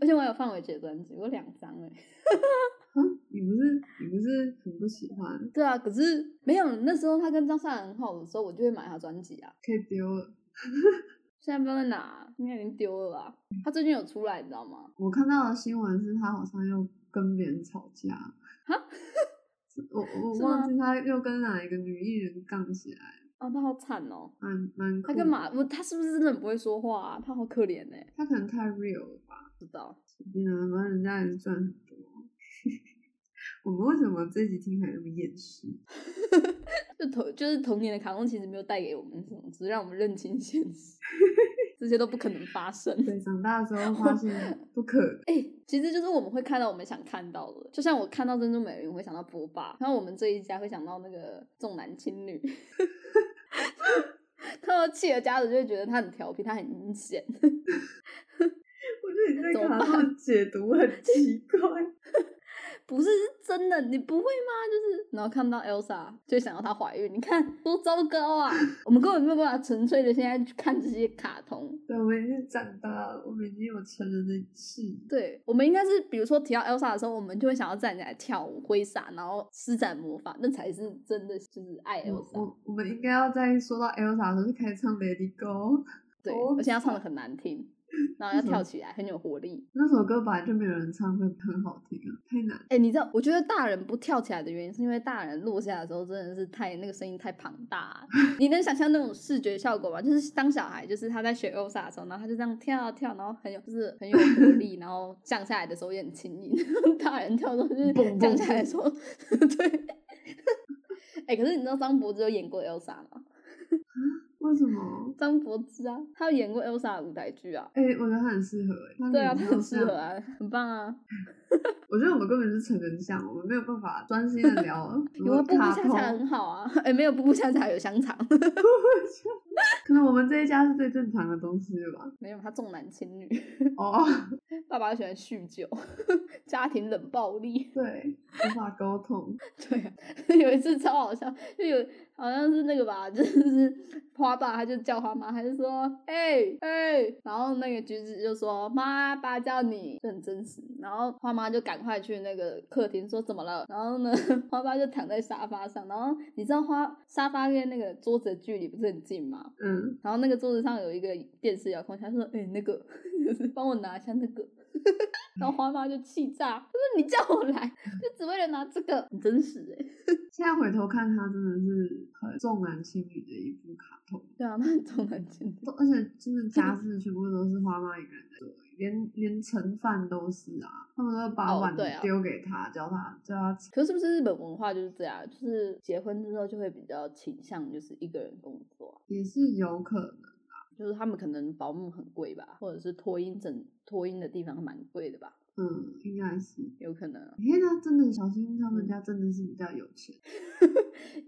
S2: 而且我还有范玮琪的专辑，我两张哎、
S1: 哼，你不是你不是很不喜欢，
S2: 对啊，可是没有那时候他跟张韶涵很好的时候，我就会买他专辑啊。
S1: 可以丢了。
S2: 现在不知道在哪啊，应该已经丢了吧？他最近有出来，你知道吗？
S1: 我看到的新闻是他好像又跟别人吵架，
S2: 哈，
S1: 我我
S2: 是
S1: 忘记他又跟哪一个女艺人杠起来，
S2: 啊，他好惨哦！
S1: 蛮蛮酷
S2: 他
S1: 的
S2: 干？嘛？我他是不是真的很不会说话啊？他好可怜哎、
S1: 他可能太 real 了吧？
S2: 不知道。
S1: 随便啊，反正人家也是赚很多。 我们为什么这集听起来那么厌世？
S2: 就童就是童年的卡通，其实没有带给我们什么，只是让我们认清现实， 这些都不可能发生。
S1: 对，长大之后发现不可
S2: 哎、 其实就是我们会看到我们想看到的，就像我看到珍珠美人鱼我会想到波霸，然后我们这一家会想到那个重男轻女， 看到企鹅家族就会觉得他很调皮，他很阴险。
S1: 我觉得你对
S2: 怎么
S1: 卡通解读很奇怪。
S2: 不是是真的，你不会吗？就是然后看到 Elsa 就想到她怀孕，你看多糟糕啊！我们根本没有办法纯粹的现在去看这些卡通。
S1: 对，我们已经长大了，我们已经有成人的视野。
S2: 对，我们应该是比如说提到 Elsa 的时候，我们就会想要站起来跳舞、挥洒，然后施展魔法，那才是真的就是爱
S1: 我
S2: Elsa。
S1: 我我们应该要在说到 Elsa 的时候就开始唱 Lady Go。
S2: 对
S1: 哦，
S2: 而且她唱的很难 听，然后要跳起来很有活力。
S1: 那首歌本来就没有人唱，会很好听啊，太难。
S2: 哎、你知道，我觉得大人不跳起来的原因，是因为大人落下的时候真的是太那个声音太庞大、 你能想象那种视觉效果吗？就是当小孩，就是他在学 Elsa 的时候，然后他就这样跳啊跳，然后很有就是很有活力，然后降下来的时候也很轻盈。 大人跳的时候就是
S1: 蹦蹦
S2: 降下来的时候， 对。哎、可是你知道张柏芝有演过 Elsa 吗？
S1: 为什么？
S2: 张柏芝啊，她有演过 Elsa 的舞台剧啊。
S1: 哎、我觉得他很适合、欸，他
S2: 对啊，
S1: 脸
S2: 她
S1: 超
S2: 很适合
S1: 像。
S2: 啊，很棒啊。
S1: 我觉得我们根本就是成人像，我们没有办法专心的 聊什
S2: 有啊，
S1: 么
S2: 步步
S1: 卡
S2: 恰
S1: 通。
S2: 恰很好啊。哎、没有步步恰恰有香肠。
S1: 可能我们这一家是最正常的东西了吧？
S2: 没有，他重男轻女，
S1: 哦，
S2: 爸爸喜欢酗酒， 家庭冷暴力。
S1: 对，无法沟通。
S2: 对、啊， 有一次超好笑，就有好像是那个吧， 就是花爸他就叫花妈，他就说哎哎、然后那个橘子就说妈爸叫你，就很真实。然后花妈就赶快去那个客厅说怎么了，然后呢 花爸就躺在沙发上，然后你知道花沙发跟那个桌子的距离不是很近吗？
S1: 嗯，
S2: 然后那个桌子上有一个电视遥控器，他说：“哎、那个， 帮我拿一下那个。”然后花妈就气炸，她说：“你叫我来，就只为了拿这个，很真实哎、
S1: 现在回头看，他真的是很重男轻女的一部卡通。
S2: 对啊，那很重男轻女。
S1: 而且就是家事全部都是花妈一个人在做，连连盛饭都是啊，他们都会把
S2: 哦
S1: 碗
S2: 对啊
S1: 丢给他，叫他叫他盛。
S2: 可是是不是日本文化就是这样？就是结婚之后就会比较倾向就是一个人工作啊、
S1: 也是有可能。
S2: 就是他们可能保姆很贵吧，或者是托婴整托婴的地方蛮贵的吧，
S1: 嗯，应该是。
S2: 有可能啊、
S1: 天呐，真的小心，他们
S2: 嗯
S1: 家真的是比较有钱，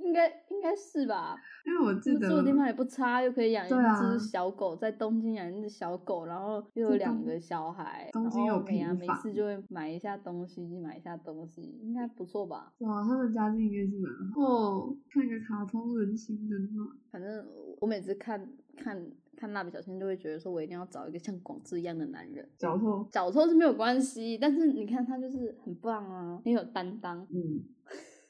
S2: 应该应该是吧。
S1: 因为我记
S2: 住
S1: 得
S2: 住的地方也不差，又可以养一
S1: 对啊
S2: 只小狗，在东京养一只小狗，然后又有
S1: 在
S2: 两
S1: 东
S2: 个小孩，
S1: 东
S2: 然
S1: 京有
S2: 后每
S1: 平
S2: 啊没
S1: 房
S2: 事就会买一下东西，买一下东西，应该不错吧？
S1: 哇，他们家境应该是蛮好哦，看个卡通人心冷暖。
S2: 反正我我每次看看看蜡笔小新，就会觉得说我一定要找一个像广志一样的男人。
S1: 小偷，
S2: 小时候是没有关系，但是你看他就是很棒啊，很有担当。
S1: 嗯，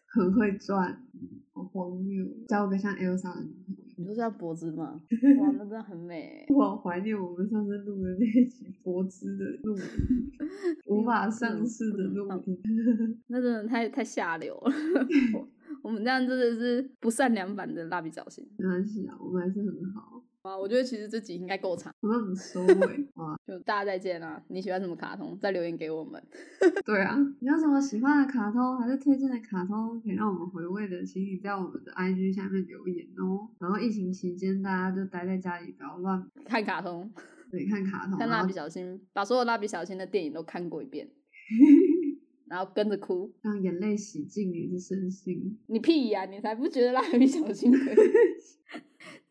S1: 很会赚，嗯好荒谬，交个像 Elsa 的女朋友。
S2: 你说像脖子吗？哇，那真的很美欸。
S1: 我好怀念我们上次录的那一集柏芝的录音，无法上市的录音。
S2: 那真的太太下流了。 我我们这样真的是不善良版的蜡笔小新。
S1: 没关系啊，我们还是很好。
S2: 啊，我觉得其实这集应该够长，
S1: 我们收 尾啊？
S2: 就大家再见啦！你喜欢什么卡通，再留言给我们。
S1: 对啊，你有什么喜欢的卡通还是推荐的卡通可以让我们回味的，请你在我们的 IG 下面留言哦。然后疫情期间大家就待在家里，不要乱
S2: 看卡通，
S1: 对看卡通，
S2: 看
S1: 然
S2: 蜡
S1: 后
S2: 笔小新，把所有蜡笔小新的电影都看过一遍，然后跟着哭。
S1: 让眼泪洗净你的身心。
S2: 你屁呀、你才不觉得蜡笔 小新可以。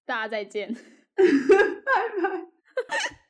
S2: 大家再见。
S1: 拜拜。